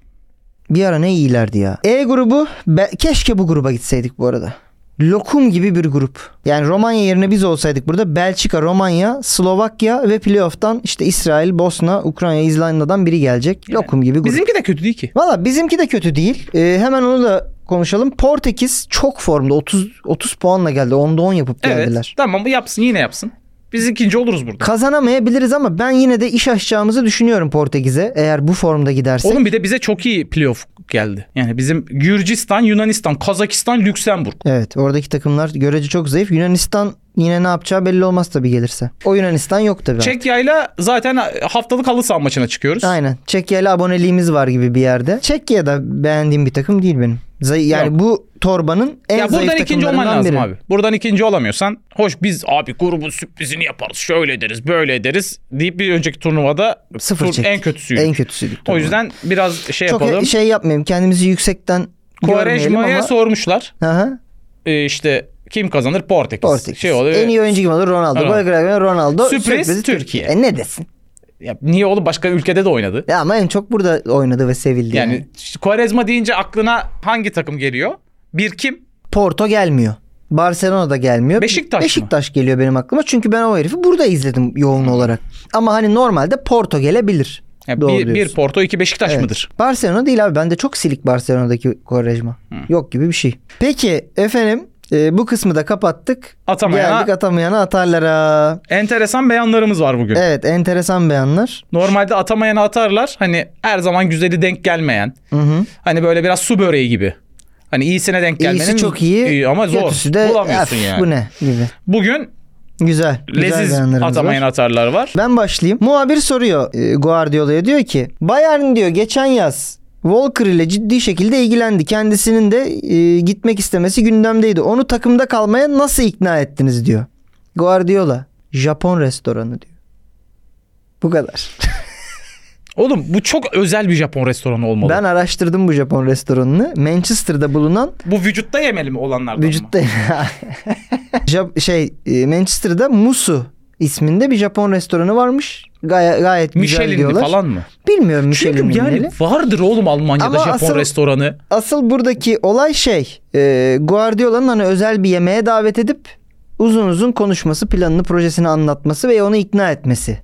[SPEAKER 3] Bir ara ne iyilerdi ya. E grubu be- keşke bu gruba gitseydik bu arada. Lokum gibi bir grup. Yani Romanya yerine biz olsaydık burada Belçika, Romanya, Slovakya ve playoff'tan işte İsrail, Bosna, Ukrayna, İzlanda'dan biri gelecek. Lokum gibi grup.
[SPEAKER 2] Bizimki de kötü değil ki.
[SPEAKER 3] Valla bizimki de kötü değil. Ee, hemen onu da konuşalım. Portekiz çok formda. 30 30 puanla geldi. 10'da 10 yapıp
[SPEAKER 2] Evet.
[SPEAKER 3] geldiler.
[SPEAKER 2] Tamam yapsın yine yapsın. Biz ikinci oluruz burada.
[SPEAKER 3] Kazanamayabiliriz ama ben yine de iş açacağımızı düşünüyorum Portekiz'e. Eğer bu formda gidersek.
[SPEAKER 2] Oğlum bir de bize çok iyi playoff geldi. Yani bizim Gürcistan, Yunanistan, Kazakistan, Lüksemburg.
[SPEAKER 3] Evet oradaki takımlar görece çok zayıf. Yunanistan yine ne yapacağı belli olmaz tabii gelirse. O Yunanistan yok tabii.
[SPEAKER 2] Çekya'yla zaten haftalık halı saha maçına çıkıyoruz.
[SPEAKER 3] Aynen. Çekya ile aboneliğimiz var gibi bir yerde. Çekya da beğendiğim bir takım değil benim. Zayı- yani
[SPEAKER 2] Yok.
[SPEAKER 3] bu torbanın en
[SPEAKER 2] ya
[SPEAKER 3] zayıf
[SPEAKER 2] buradan ikinci olman
[SPEAKER 3] takımlarından
[SPEAKER 2] lazım
[SPEAKER 3] biri.
[SPEAKER 2] abi. Buradan ikinci olamıyorsan hoş biz abi grubun sürprizini yaparız. Şöyle ederiz, böyle ederiz deyip bir önceki turnuvada
[SPEAKER 3] Sıfır
[SPEAKER 2] tur-
[SPEAKER 3] çektik.
[SPEAKER 2] en kötüsüydü.
[SPEAKER 3] En kötüsüydük.
[SPEAKER 2] o
[SPEAKER 3] tabii.
[SPEAKER 2] yüzden biraz şey
[SPEAKER 3] çok
[SPEAKER 2] yapalım.
[SPEAKER 3] e- şey yapmayayım. Kendimizi yüksekten görmeyelim
[SPEAKER 2] Quaresma'ya
[SPEAKER 3] ama.
[SPEAKER 2] sormuşlar.
[SPEAKER 3] Aha,
[SPEAKER 2] Ee, işte kim kazanır? Portekiz.
[SPEAKER 3] Portekiz.
[SPEAKER 2] Şey oluyor.
[SPEAKER 3] en iyi oyuncu kim olur? Ronaldo.
[SPEAKER 2] Ronaldo.
[SPEAKER 3] Gol kralı Ronaldo.
[SPEAKER 2] Sürpriz
[SPEAKER 3] Sürprizi
[SPEAKER 2] Türkiye.
[SPEAKER 3] E ne desin?
[SPEAKER 2] Ya niye oğlum başka ülkede de oynadı?
[SPEAKER 3] Ya ama en çok burada oynadı ve sevildi. Yani,
[SPEAKER 2] Yani işte Quaresma deyince aklına hangi takım geliyor? Bir kim?
[SPEAKER 3] Porto gelmiyor. Barcelona da gelmiyor.
[SPEAKER 2] Beşiktaş mı?
[SPEAKER 3] Beşiktaş geliyor benim aklıma. Çünkü ben o herifi burada izledim yoğun olarak. Ama hani normalde Porto gelebilir.
[SPEAKER 2] Ya
[SPEAKER 3] Doğru
[SPEAKER 2] bir, bir
[SPEAKER 3] diyorsun.
[SPEAKER 2] Porto, iki Beşiktaş
[SPEAKER 3] Evet.
[SPEAKER 2] mıdır?
[SPEAKER 3] Barcelona değil abi. Bende çok silik Barcelona'daki Quaresma. Yok gibi bir şey. Peki efendim e, bu kısmı da kapattık.
[SPEAKER 2] Atamayana-
[SPEAKER 3] Geldik atamayana atarlara.
[SPEAKER 2] Enteresan beyanlarımız var bugün.
[SPEAKER 3] Evet enteresan beyanlar.
[SPEAKER 2] Normalde atamayanı atarlar. Hani her zaman güzeli denk gelmeyen.
[SPEAKER 3] Hı hı.
[SPEAKER 2] Hani böyle biraz su böreği gibi. Hani iyisine denk gelmenin.
[SPEAKER 3] İyisi çok iyi.
[SPEAKER 2] ama zor.
[SPEAKER 3] Kötüsü de
[SPEAKER 2] Bulamıyorsun
[SPEAKER 3] "Öf,
[SPEAKER 2] yani.
[SPEAKER 3] Bu ne gibi.
[SPEAKER 2] Bugün
[SPEAKER 3] Güzel. güzel
[SPEAKER 2] leziz
[SPEAKER 3] beyanlarımız var.
[SPEAKER 2] atamayan atarlar var.
[SPEAKER 3] Ben başlayayım. Muhabir soruyor e, Guardiola'ya diyor ki Bayern diyor geçen yaz Walker ile ciddi şekilde ilgilendi. Kendisinin de e, gitmek istemesi gündemdeydi. Onu takımda kalmaya nasıl ikna ettiniz diyor. Guardiola Japon restoranı diyor. Bu kadar.
[SPEAKER 2] Oğlum bu çok özel bir Japon restoranı olmalı.
[SPEAKER 3] Ben araştırdım bu Japon restoranını. Manchester'da bulunan
[SPEAKER 2] Bu vücutta yemeli mi olanlardan mı?
[SPEAKER 3] vücutta Jap- şey e, Manchester'da Musu isminde bir Japon restoranı varmış. Gay- gayet güzel
[SPEAKER 2] Michelin'li
[SPEAKER 3] diyorlar.
[SPEAKER 2] falan mı?
[SPEAKER 3] Bilmiyorum
[SPEAKER 2] Çünkü
[SPEAKER 3] Michelin'in
[SPEAKER 2] yani
[SPEAKER 3] neli.
[SPEAKER 2] vardır oğlum Almanya'da
[SPEAKER 3] Ama
[SPEAKER 2] Japon
[SPEAKER 3] asıl-
[SPEAKER 2] restoranı.
[SPEAKER 3] Asıl buradaki olay şey e, Guardiola'nın hani özel bir yemeğe davet edip uzun uzun konuşması, planını, projesini anlatması ve onu ikna etmesi.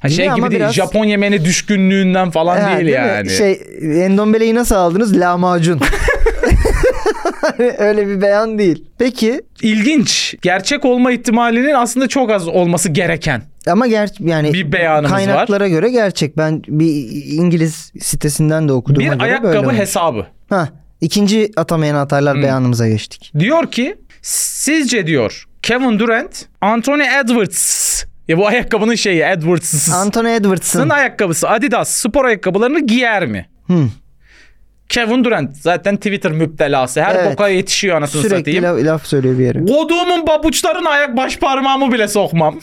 [SPEAKER 2] Ha şey
[SPEAKER 3] Ama
[SPEAKER 2] gibi değil.
[SPEAKER 3] biraz-
[SPEAKER 2] Japon yemeğine düşkünlüğünden falan
[SPEAKER 3] Ha,
[SPEAKER 2] değil,
[SPEAKER 3] değil mi?
[SPEAKER 2] yani.
[SPEAKER 3] Şey Endombele'yi nasıl aldınız? Lahmacun. Hani Öyle bir beyan değil. Peki
[SPEAKER 2] İlginç. Gerçek olma ihtimalinin aslında çok az olması gereken.
[SPEAKER 3] ama ger yani
[SPEAKER 2] Bir beyanımız var.
[SPEAKER 3] kaynaklara göre gerçek. Ben bir İngiliz sitesinden de okuduğuma
[SPEAKER 2] Bir
[SPEAKER 3] göre böyle.
[SPEAKER 2] ayakkabı Hmm.
[SPEAKER 3] olmuş.
[SPEAKER 2] hesabı.
[SPEAKER 3] Ha, ikinci atamayan atarlar beyanımıza geçtik.
[SPEAKER 2] Diyor ki sizce diyor Kevin Durant, Anthony Edwards. Ya bu ayakkabının şeyi Edwards'ın
[SPEAKER 3] Anthony Edwards'ın hmm,
[SPEAKER 2] ayakkabısı Adidas spor ayakkabılarını giyer mi?
[SPEAKER 3] Hı.
[SPEAKER 2] Kevin Durant zaten Twitter müptelası. Her
[SPEAKER 3] Evet.
[SPEAKER 2] boka yetişiyor anasını
[SPEAKER 3] sürekli
[SPEAKER 2] satayım.
[SPEAKER 3] laf, laf söylüyor bir yere.
[SPEAKER 2] Goduğumun babuçlarına ayak baş parmağımı bile sokmam.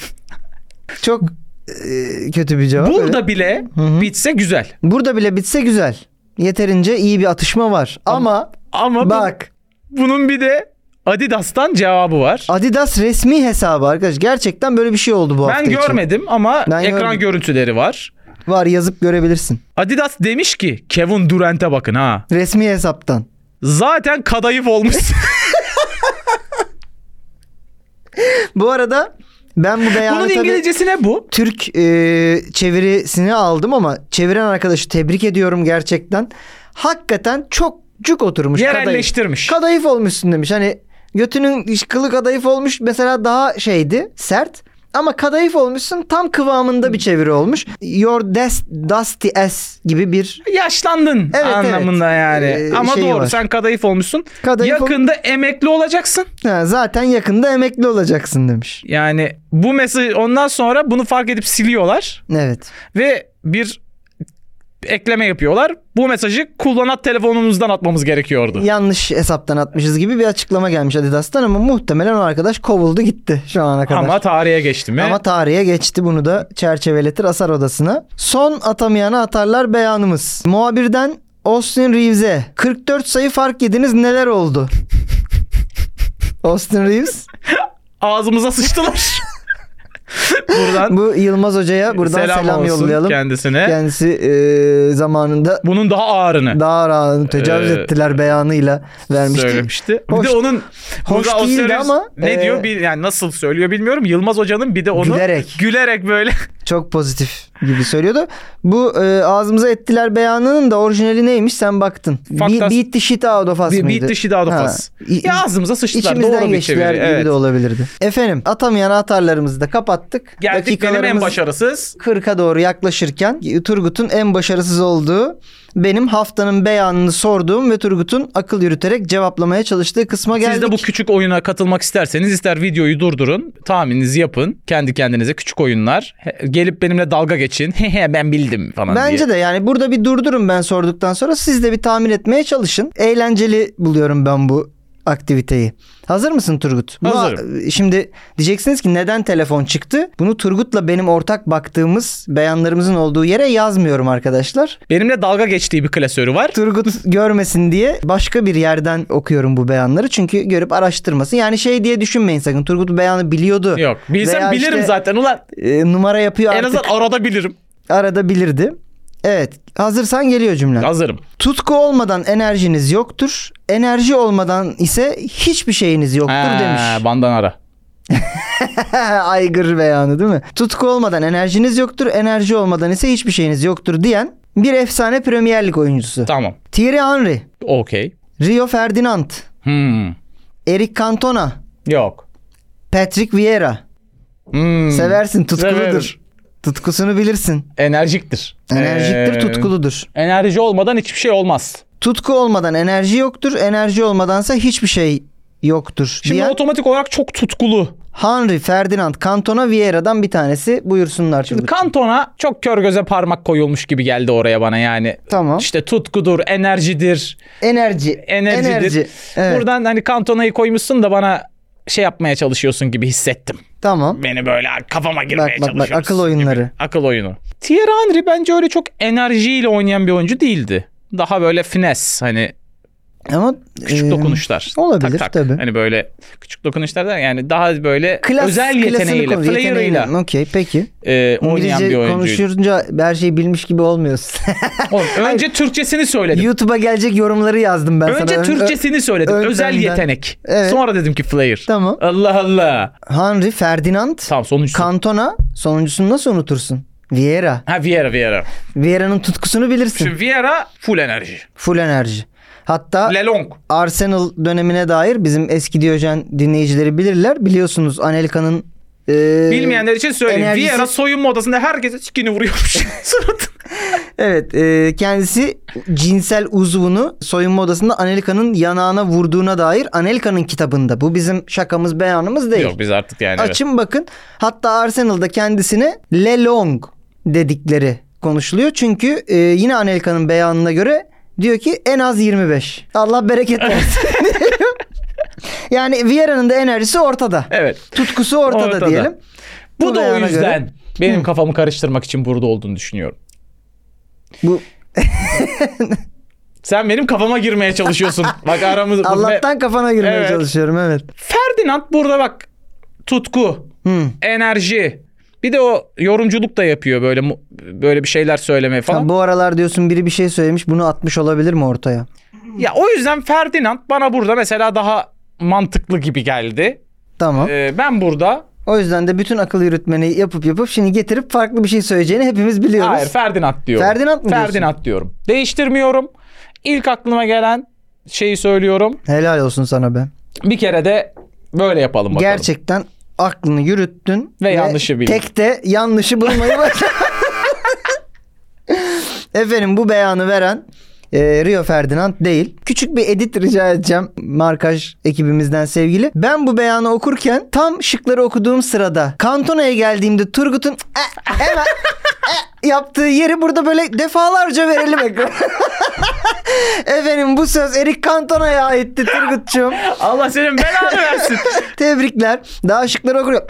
[SPEAKER 3] Çok e, kötü bir cevap.
[SPEAKER 2] Burada
[SPEAKER 3] Evet.
[SPEAKER 2] bile bitse güzel.
[SPEAKER 3] burada bile bitse güzel. Yeterince iyi bir atışma var. Ama,
[SPEAKER 2] Ama bu-
[SPEAKER 3] bak
[SPEAKER 2] bunun bir de Adidas'tan cevabı var.
[SPEAKER 3] Adidas resmi hesabı arkadaş. Gerçekten böyle bir şey oldu bu hafta
[SPEAKER 2] Ben
[SPEAKER 3] için.
[SPEAKER 2] görmedim ama
[SPEAKER 3] Ben
[SPEAKER 2] ekran
[SPEAKER 3] görmedim.
[SPEAKER 2] görüntüleri var.
[SPEAKER 3] Var yazıp görebilirsin.
[SPEAKER 2] Adidas demiş ki Kevin Durant'e bakın ha.
[SPEAKER 3] Resmi hesaptan.
[SPEAKER 2] Zaten kadayıf olmuş.
[SPEAKER 3] Bu arada ben bu beyanı
[SPEAKER 2] Bunun
[SPEAKER 3] tabii
[SPEAKER 2] İngilizcesi ne bu?
[SPEAKER 3] Türk e, çevirisini aldım ama çeviren arkadaşı tebrik ediyorum gerçekten. Hakikaten çok cuk oturmuş. kadayıf.
[SPEAKER 2] Yerelleştirmiş.
[SPEAKER 3] Kadayıf olmuşsun demiş. Hani götünün kılı kadayıf olmuş mesela daha şeydi sert. Ama kadayıf olmuşsun tam kıvamında bir çeviri olmuş. Your des, dusty ass gibi bir
[SPEAKER 2] Yaşlandın
[SPEAKER 3] Evet,
[SPEAKER 2] anlamında
[SPEAKER 3] evet.
[SPEAKER 2] yani.
[SPEAKER 3] Ee,
[SPEAKER 2] Ama
[SPEAKER 3] şeyi
[SPEAKER 2] doğru
[SPEAKER 3] var.
[SPEAKER 2] sen kadayıf olmuşsun.
[SPEAKER 3] Kadayıf ol-
[SPEAKER 2] Yakında emekli olacaksın.
[SPEAKER 3] Ha, zaten yakında emekli olacaksın demiş.
[SPEAKER 2] Yani bu mesaj ondan sonra bunu fark edip siliyorlar
[SPEAKER 3] Evet.
[SPEAKER 2] ve bir ekleme yapıyorlar. Bu mesajı kullanat telefonumuzdan atmamız gerekiyordu.
[SPEAKER 3] Yanlış hesaptan atmışız gibi bir açıklama gelmiş Adidas'tan ama muhtemelen o arkadaş kovuldu gitti şu ana kadar.
[SPEAKER 2] Ama tarihe geçti mi?
[SPEAKER 3] Ama tarihe geçti bunu da çerçeveletir asar odasına. Son atamayana atarlar beyanımız. Muhabirden Austin Reeves'e 44 sayı fark yediniz neler oldu? Austin Reeves
[SPEAKER 2] Ağzımıza sıçtılar. Buradan
[SPEAKER 3] bu Yılmaz Hoca'ya buradan selam,
[SPEAKER 2] selam, olsun
[SPEAKER 3] yollayalım.
[SPEAKER 2] kendisine.
[SPEAKER 3] Kendisi e, zamanında
[SPEAKER 2] Bunun daha ağırını
[SPEAKER 3] daha rahat tecavüz
[SPEAKER 2] Ee,
[SPEAKER 3] ettiler beyanıyla vermişti.
[SPEAKER 2] söylemişti. Bir
[SPEAKER 3] Hoş-
[SPEAKER 2] de onun
[SPEAKER 3] hoş
[SPEAKER 2] burada o
[SPEAKER 3] değildi
[SPEAKER 2] söylüyor-
[SPEAKER 3] ama,
[SPEAKER 2] ne
[SPEAKER 3] e,
[SPEAKER 2] diyor bil- yani nasıl söylüyor bilmiyorum. Yılmaz hocanın bir de onu
[SPEAKER 3] Gülerek.
[SPEAKER 2] gülerek böyle
[SPEAKER 3] Çok pozitif gibi söylüyordu. Bu e, ağzımıza ettiler beyanının da orijinali neymiş sen baktın.
[SPEAKER 2] Faktas-
[SPEAKER 3] Be- beat the shit out of us
[SPEAKER 2] bir
[SPEAKER 3] mıydı?
[SPEAKER 2] beat dışı daha da
[SPEAKER 3] Ha.
[SPEAKER 2] fazla.
[SPEAKER 3] İ-
[SPEAKER 2] Ya ağzımıza sıçtılar.
[SPEAKER 3] İçimizden
[SPEAKER 2] Doğru bir
[SPEAKER 3] geçtiler
[SPEAKER 2] çeviri.
[SPEAKER 3] gibi
[SPEAKER 2] Evet.
[SPEAKER 3] de olabilirdi. Efendim atamayan atarlarımızı da kapattık.
[SPEAKER 2] Geldik benim en
[SPEAKER 3] Dakikalarımız
[SPEAKER 2] başarısız.
[SPEAKER 3] 40'a doğru yaklaşırken Turgut'un en başarısız olduğu benim haftanın beyanını sorduğum ve Turgut'un akıl yürüterek cevaplamaya çalıştığı kısma geldik.
[SPEAKER 2] Siz de bu küçük oyuna katılmak isterseniz ister videoyu durdurun, tahmininizi yapın. Kendi kendinize küçük oyunlar. He- Gelip benimle dalga geçin. Hehe ben bildim falan diye.
[SPEAKER 3] Bence de yani burada bir durdurun ben sorduktan sonra siz de bir tahmin etmeye çalışın. Eğlenceli buluyorum ben bu aktiviteyi. Hazır mısın Turgut? Bu-
[SPEAKER 2] Hazırım.
[SPEAKER 3] şimdi diyeceksiniz ki neden telefon çıktı? Bunu Turgut'la benim ortak baktığımız beyanlarımızın olduğu yere yazmıyorum arkadaşlar.
[SPEAKER 2] Benimle dalga geçtiği bir klasörü var.
[SPEAKER 3] Turgut görmesin diye başka bir yerden okuyorum bu beyanları. Çünkü görüp araştırmasın. Yani şey diye düşünmeyin sakın. Turgut bu beyanı biliyordu.
[SPEAKER 2] Yok. Bilsem
[SPEAKER 3] Veya
[SPEAKER 2] bilirim
[SPEAKER 3] işte,
[SPEAKER 2] zaten ulan.
[SPEAKER 3] e, numara yapıyor
[SPEAKER 2] En
[SPEAKER 3] artık.
[SPEAKER 2] azından arada bilirim.
[SPEAKER 3] Arada bilirdi. Evet. Hazırsan geliyor cümlen.
[SPEAKER 2] Hazırım.
[SPEAKER 3] Tutku olmadan enerjiniz yoktur. Enerji olmadan ise hiçbir şeyiniz yoktur
[SPEAKER 2] Ha,
[SPEAKER 3] demiş.
[SPEAKER 2] Bandanara.
[SPEAKER 3] Aygır beyanı değil mi? Tutku olmadan enerjiniz yoktur. Enerji olmadan ise hiçbir şeyiniz yoktur diyen bir efsane Premier Lig oyuncusu.
[SPEAKER 2] Tamam.
[SPEAKER 3] Thierry Henry,
[SPEAKER 2] Okey.
[SPEAKER 3] Rio Ferdinand,
[SPEAKER 2] Hmm.
[SPEAKER 3] Eric Cantona,
[SPEAKER 2] Yok.
[SPEAKER 3] Patrick Vieira.
[SPEAKER 2] Hmm.
[SPEAKER 3] Seversin, tutkuludur.
[SPEAKER 2] Severim.
[SPEAKER 3] Tutkusunu bilirsin.
[SPEAKER 2] Enerjiktir.
[SPEAKER 3] Enerjiktir,
[SPEAKER 2] Ee,
[SPEAKER 3] tutkuludur.
[SPEAKER 2] Enerji olmadan hiçbir şey olmaz.
[SPEAKER 3] Tutku olmadan enerji yoktur. Enerji olmadansa hiçbir şey yoktur
[SPEAKER 2] Şimdi
[SPEAKER 3] diyen
[SPEAKER 2] otomatik olarak çok tutkulu.
[SPEAKER 3] Henry, Ferdinand, Cantona, Vieira'dan bir tanesi. Buyursunlar
[SPEAKER 2] Şimdi
[SPEAKER 3] şimdi.
[SPEAKER 2] Kanton'a çok kör göze parmak koyulmuş gibi geldi oraya bana yani.
[SPEAKER 3] Tamam.
[SPEAKER 2] İşte tutkudur, enerjidir,
[SPEAKER 3] Enerji.
[SPEAKER 2] enerjidir.
[SPEAKER 3] Enerji. Evet.
[SPEAKER 2] Buradan hani Kantona'yı koymuşsun da bana şey yapmaya çalışıyorsun gibi hissettim.
[SPEAKER 3] Tamam.
[SPEAKER 2] Beni böyle kafama girmeye
[SPEAKER 3] Bak bak bak
[SPEAKER 2] çalışıyorsun.
[SPEAKER 3] akıl oyunları.
[SPEAKER 2] Akıl oyunu. Thierry Henry bence öyle çok enerjiyle oynayan bir oyuncu değildi. Daha böyle finesse hani
[SPEAKER 3] Ama
[SPEAKER 2] küçük
[SPEAKER 3] e,
[SPEAKER 2] dokunuşlar.
[SPEAKER 3] olabilir tabii.
[SPEAKER 2] Hani böyle küçük dokunuşlar da yani daha böyle
[SPEAKER 3] Klas,
[SPEAKER 2] özel
[SPEAKER 3] klasını
[SPEAKER 2] yeteneğiyle,
[SPEAKER 3] konuş-
[SPEAKER 2] player'ıyla
[SPEAKER 3] yeteneğiyle. Okey peki.
[SPEAKER 2] e, oynayan bir
[SPEAKER 3] İngilizce
[SPEAKER 2] oyuncuydu.
[SPEAKER 3] konuşunca her şeyi bilmiş gibi olmuyorsun.
[SPEAKER 2] Oğlum, önce Türkçesini söyledim.
[SPEAKER 3] YouTube'a gelecek yorumları yazdım ben sana.
[SPEAKER 2] Önce
[SPEAKER 3] Ön-
[SPEAKER 2] Türkçesini söyledim.
[SPEAKER 3] önden-
[SPEAKER 2] Özel yetenek.
[SPEAKER 3] Evet.
[SPEAKER 2] Sonra dedim ki player.
[SPEAKER 3] Tamam.
[SPEAKER 2] Allah Allah.
[SPEAKER 3] Henry, Ferdinand,
[SPEAKER 2] Tamam sonuncusu.
[SPEAKER 3] Cantona. Sonuncusunu nasıl unutursun? Vieira.
[SPEAKER 2] ha Vieira Vieira.
[SPEAKER 3] Vieira'nın tutkusunu bilirsin.
[SPEAKER 2] Şimdi Vieira full enerji.
[SPEAKER 3] Full enerji. Hatta
[SPEAKER 2] Lelong.
[SPEAKER 3] Arsenal dönemine dair bizim eski Diyojen dinleyicileri bilirler. Biliyorsunuz Anelka'nın e,
[SPEAKER 2] Bilmeyenler için söyleyeyim.
[SPEAKER 3] enerjisi-
[SPEAKER 2] Vieira soyunma odasında herkese çikini vuruyormuş. Suratı.
[SPEAKER 3] Evet e, kendisi cinsel uzvunu soyunma odasında Anelka'nın yanağına vurduğuna dair Anelka'nın kitabında. Bu bizim şakamız beyanımız değil.
[SPEAKER 2] Yok biz artık yani. evet.
[SPEAKER 3] Açın bakın hatta Arsenal'da kendisine Le Long dedikleri konuşuluyor. Çünkü e, yine Anelka'nın beyanına göre diyor ki en az 25. Allah bereket versin. yani Vieira'nın da enerjisi ortada.
[SPEAKER 2] Evet.
[SPEAKER 3] Tutkusu ortada,
[SPEAKER 2] Ortada.
[SPEAKER 3] diyelim.
[SPEAKER 2] Bu, da o
[SPEAKER 3] beyana göre-
[SPEAKER 2] yüzden benim kafamı karıştırmak için burada olduğunu düşünüyorum.
[SPEAKER 3] bu
[SPEAKER 2] Sen benim kafama girmeye çalışıyorsun. Bak aramız.
[SPEAKER 3] Allah'tan kafana girmeye
[SPEAKER 2] Evet.
[SPEAKER 3] çalışıyorum evet.
[SPEAKER 2] Ferdinand burada bak tutku,
[SPEAKER 3] Hı.
[SPEAKER 2] enerji. Bir de o yorumculuk da yapıyor böyle mu- böyle bir şeyler söyleme falan.
[SPEAKER 3] Ya bu aralar diyorsun biri bir şey söylemiş bunu atmış olabilir mi ortaya?
[SPEAKER 2] Ya o yüzden Ferdinand bana burada mesela daha mantıklı gibi geldi.
[SPEAKER 3] Tamam.
[SPEAKER 2] Ee, ben burada
[SPEAKER 3] O yüzden de bütün akıl yürütmeni yapıp yapıp şimdi getirip farklı bir şey söyleyeceğini hepimiz biliyoruz.
[SPEAKER 2] hayır Ferdinand diyorum.
[SPEAKER 3] Ferdinand mı diyorsun?
[SPEAKER 2] Ferdinand diyorum. Değiştirmiyorum. İlk aklıma gelen şeyi söylüyorum.
[SPEAKER 3] Helal olsun sana be.
[SPEAKER 2] Bir kere de böyle yapalım bakalım.
[SPEAKER 3] Gerçekten aklını yürüttün.
[SPEAKER 2] Ve yanlışı bildin.
[SPEAKER 3] Tek de yanlışı bulmayı başardın. Efendim bu beyanı veren e, Rio Ferdinand değil. Küçük bir edit rica edeceğim markaj ekibimizden sevgili. Ben bu beyanı okurken tam şıkları okuduğum sırada Kantona'ya geldiğimde Turgut'un "E, hemen e" yaptığı yeri burada böyle defalarca verelim ekran. Efendim bu söz Erik Kantona'ya aitti Turgut'cum.
[SPEAKER 2] Allah senin belanı versin.
[SPEAKER 3] Tebrikler. Daha şıkları okuyor.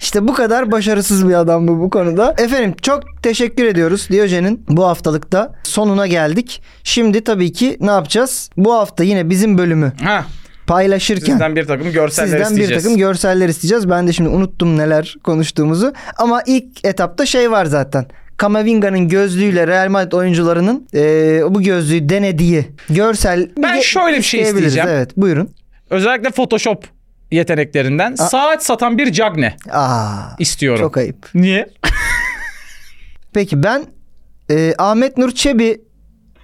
[SPEAKER 3] işte bu kadar başarısız bir adam bu bu konuda. Efendim çok teşekkür ediyoruz Diyojen'in bu haftalıkta sonuna geldik. Şimdi tabii ki ne yapacağız? Bu hafta yine bizim bölümü
[SPEAKER 2] ha,
[SPEAKER 3] paylaşırken
[SPEAKER 2] sizden bir takım görseller
[SPEAKER 3] sizden bir
[SPEAKER 2] isteyeceğiz.
[SPEAKER 3] takım görseller isteyeceğiz. Ben de şimdi unuttum neler konuştuğumuzu. Ama ilk etapta şey var zaten. Kamavinga'nın gözlüğüyle Real Madrid oyuncularının eee, bu gözlüğü denediği görsel
[SPEAKER 2] Ben şöyle bir şey
[SPEAKER 3] isteyebiliriz.
[SPEAKER 2] isteyeceğim.
[SPEAKER 3] Evet buyurun.
[SPEAKER 2] Özellikle Photoshop yeteneklerinden saat satan bir cagne
[SPEAKER 3] Aa,
[SPEAKER 2] istiyorum.
[SPEAKER 3] çok ayıp.
[SPEAKER 2] Niye?
[SPEAKER 3] Peki ben e, Ahmet Nur Çebi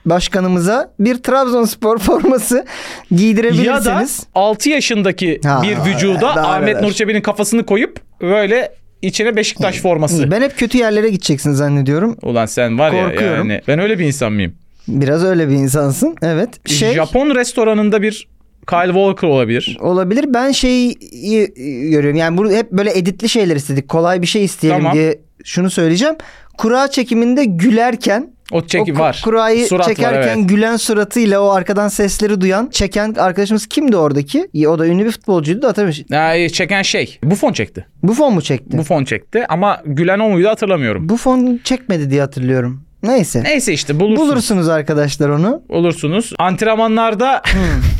[SPEAKER 3] başkanımıza bir Trabzonspor forması
[SPEAKER 2] Ya da
[SPEAKER 3] giydirebilirsiniz.
[SPEAKER 2] 6 yaşındaki
[SPEAKER 3] Ha,
[SPEAKER 2] bir vücuda
[SPEAKER 3] daha
[SPEAKER 2] Ahmet
[SPEAKER 3] neler.
[SPEAKER 2] Nur Çebi'nin kafasını koyup böyle içine Beşiktaş forması.
[SPEAKER 3] Ben hep kötü yerlere gideceksin zannediyorum.
[SPEAKER 2] Ulan sen var ya
[SPEAKER 3] Korkuyorum.
[SPEAKER 2] yani ben öyle bir insan mıyım?
[SPEAKER 3] Biraz öyle bir insansın. Evet. Şey
[SPEAKER 2] Japon restoranında bir Kyle Walker olabilir.
[SPEAKER 3] olabilir. Ben şeyi e, görüyorum. Yani bunu hep böyle editli şeyler istedik. Kolay bir şey isteyelim
[SPEAKER 2] Tamam.
[SPEAKER 3] diye şunu söyleyeceğim. Kura çekiminde gülerken
[SPEAKER 2] O çeki
[SPEAKER 3] o ku-
[SPEAKER 2] var.
[SPEAKER 3] kurayı
[SPEAKER 2] Surat var,
[SPEAKER 3] çekerken
[SPEAKER 2] evet.
[SPEAKER 3] gülen suratıyla o arkadan sesleri duyan çeken arkadaşımız kimdi oradaki? O da ünlü bir futbolcuydu da hatırlamıyorum.
[SPEAKER 2] Ya, çeken şey. Buffon çekti.
[SPEAKER 3] Buffon mu çekti?
[SPEAKER 2] Buffon çekti ama gülen o muydu hatırlamıyorum.
[SPEAKER 3] Bu fon çekmedi diye hatırlıyorum. Neyse.
[SPEAKER 2] Neyse işte E, bulursunuz.
[SPEAKER 3] Bulursunuz arkadaşlar onu.
[SPEAKER 2] olursunuz. Antrenmanlarda
[SPEAKER 3] Hmm.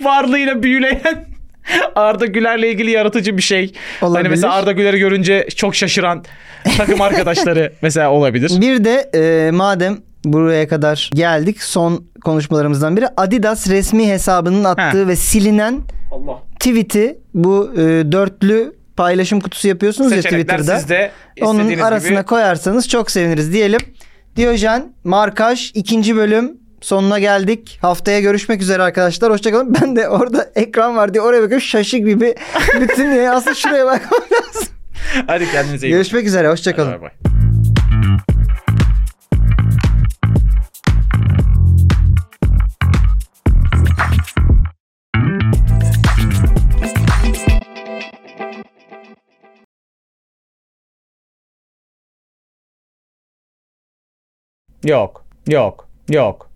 [SPEAKER 2] varlığıyla büyüleyen Arda Güler'le ilgili yaratıcı bir şey.
[SPEAKER 3] Olabilir.
[SPEAKER 2] Hani mesela Arda Güler'i görünce çok şaşıran takım arkadaşları mesela olabilir.
[SPEAKER 3] Bir de e, madem buraya kadar geldik son konuşmalarımızdan biri Adidas resmi hesabının attığı ve silinen
[SPEAKER 2] Allah.
[SPEAKER 3] tweet'i bu e, dörtlü paylaşım kutusu yapıyorsunuz ya
[SPEAKER 2] Seçenekler
[SPEAKER 3] Twitter'da.
[SPEAKER 2] sizde
[SPEAKER 3] Onun
[SPEAKER 2] istediğiniz
[SPEAKER 3] arasına
[SPEAKER 2] gibi.
[SPEAKER 3] koyarsanız çok seviniriz diyelim. Diyojen Markaj ikinci bölüm sonuna geldik. Haftaya görüşmek üzere arkadaşlar. Hoşçakalın. Ben de orada ekran var diye oraya bakıp şaşık gibi bütün aslında şuraya bakmam lazım.
[SPEAKER 2] Hadi kendinize iyi bakın.
[SPEAKER 3] Görüşmek üzere. Hoşçakalın.
[SPEAKER 2] Bay bay. Yok. Yok. Yok.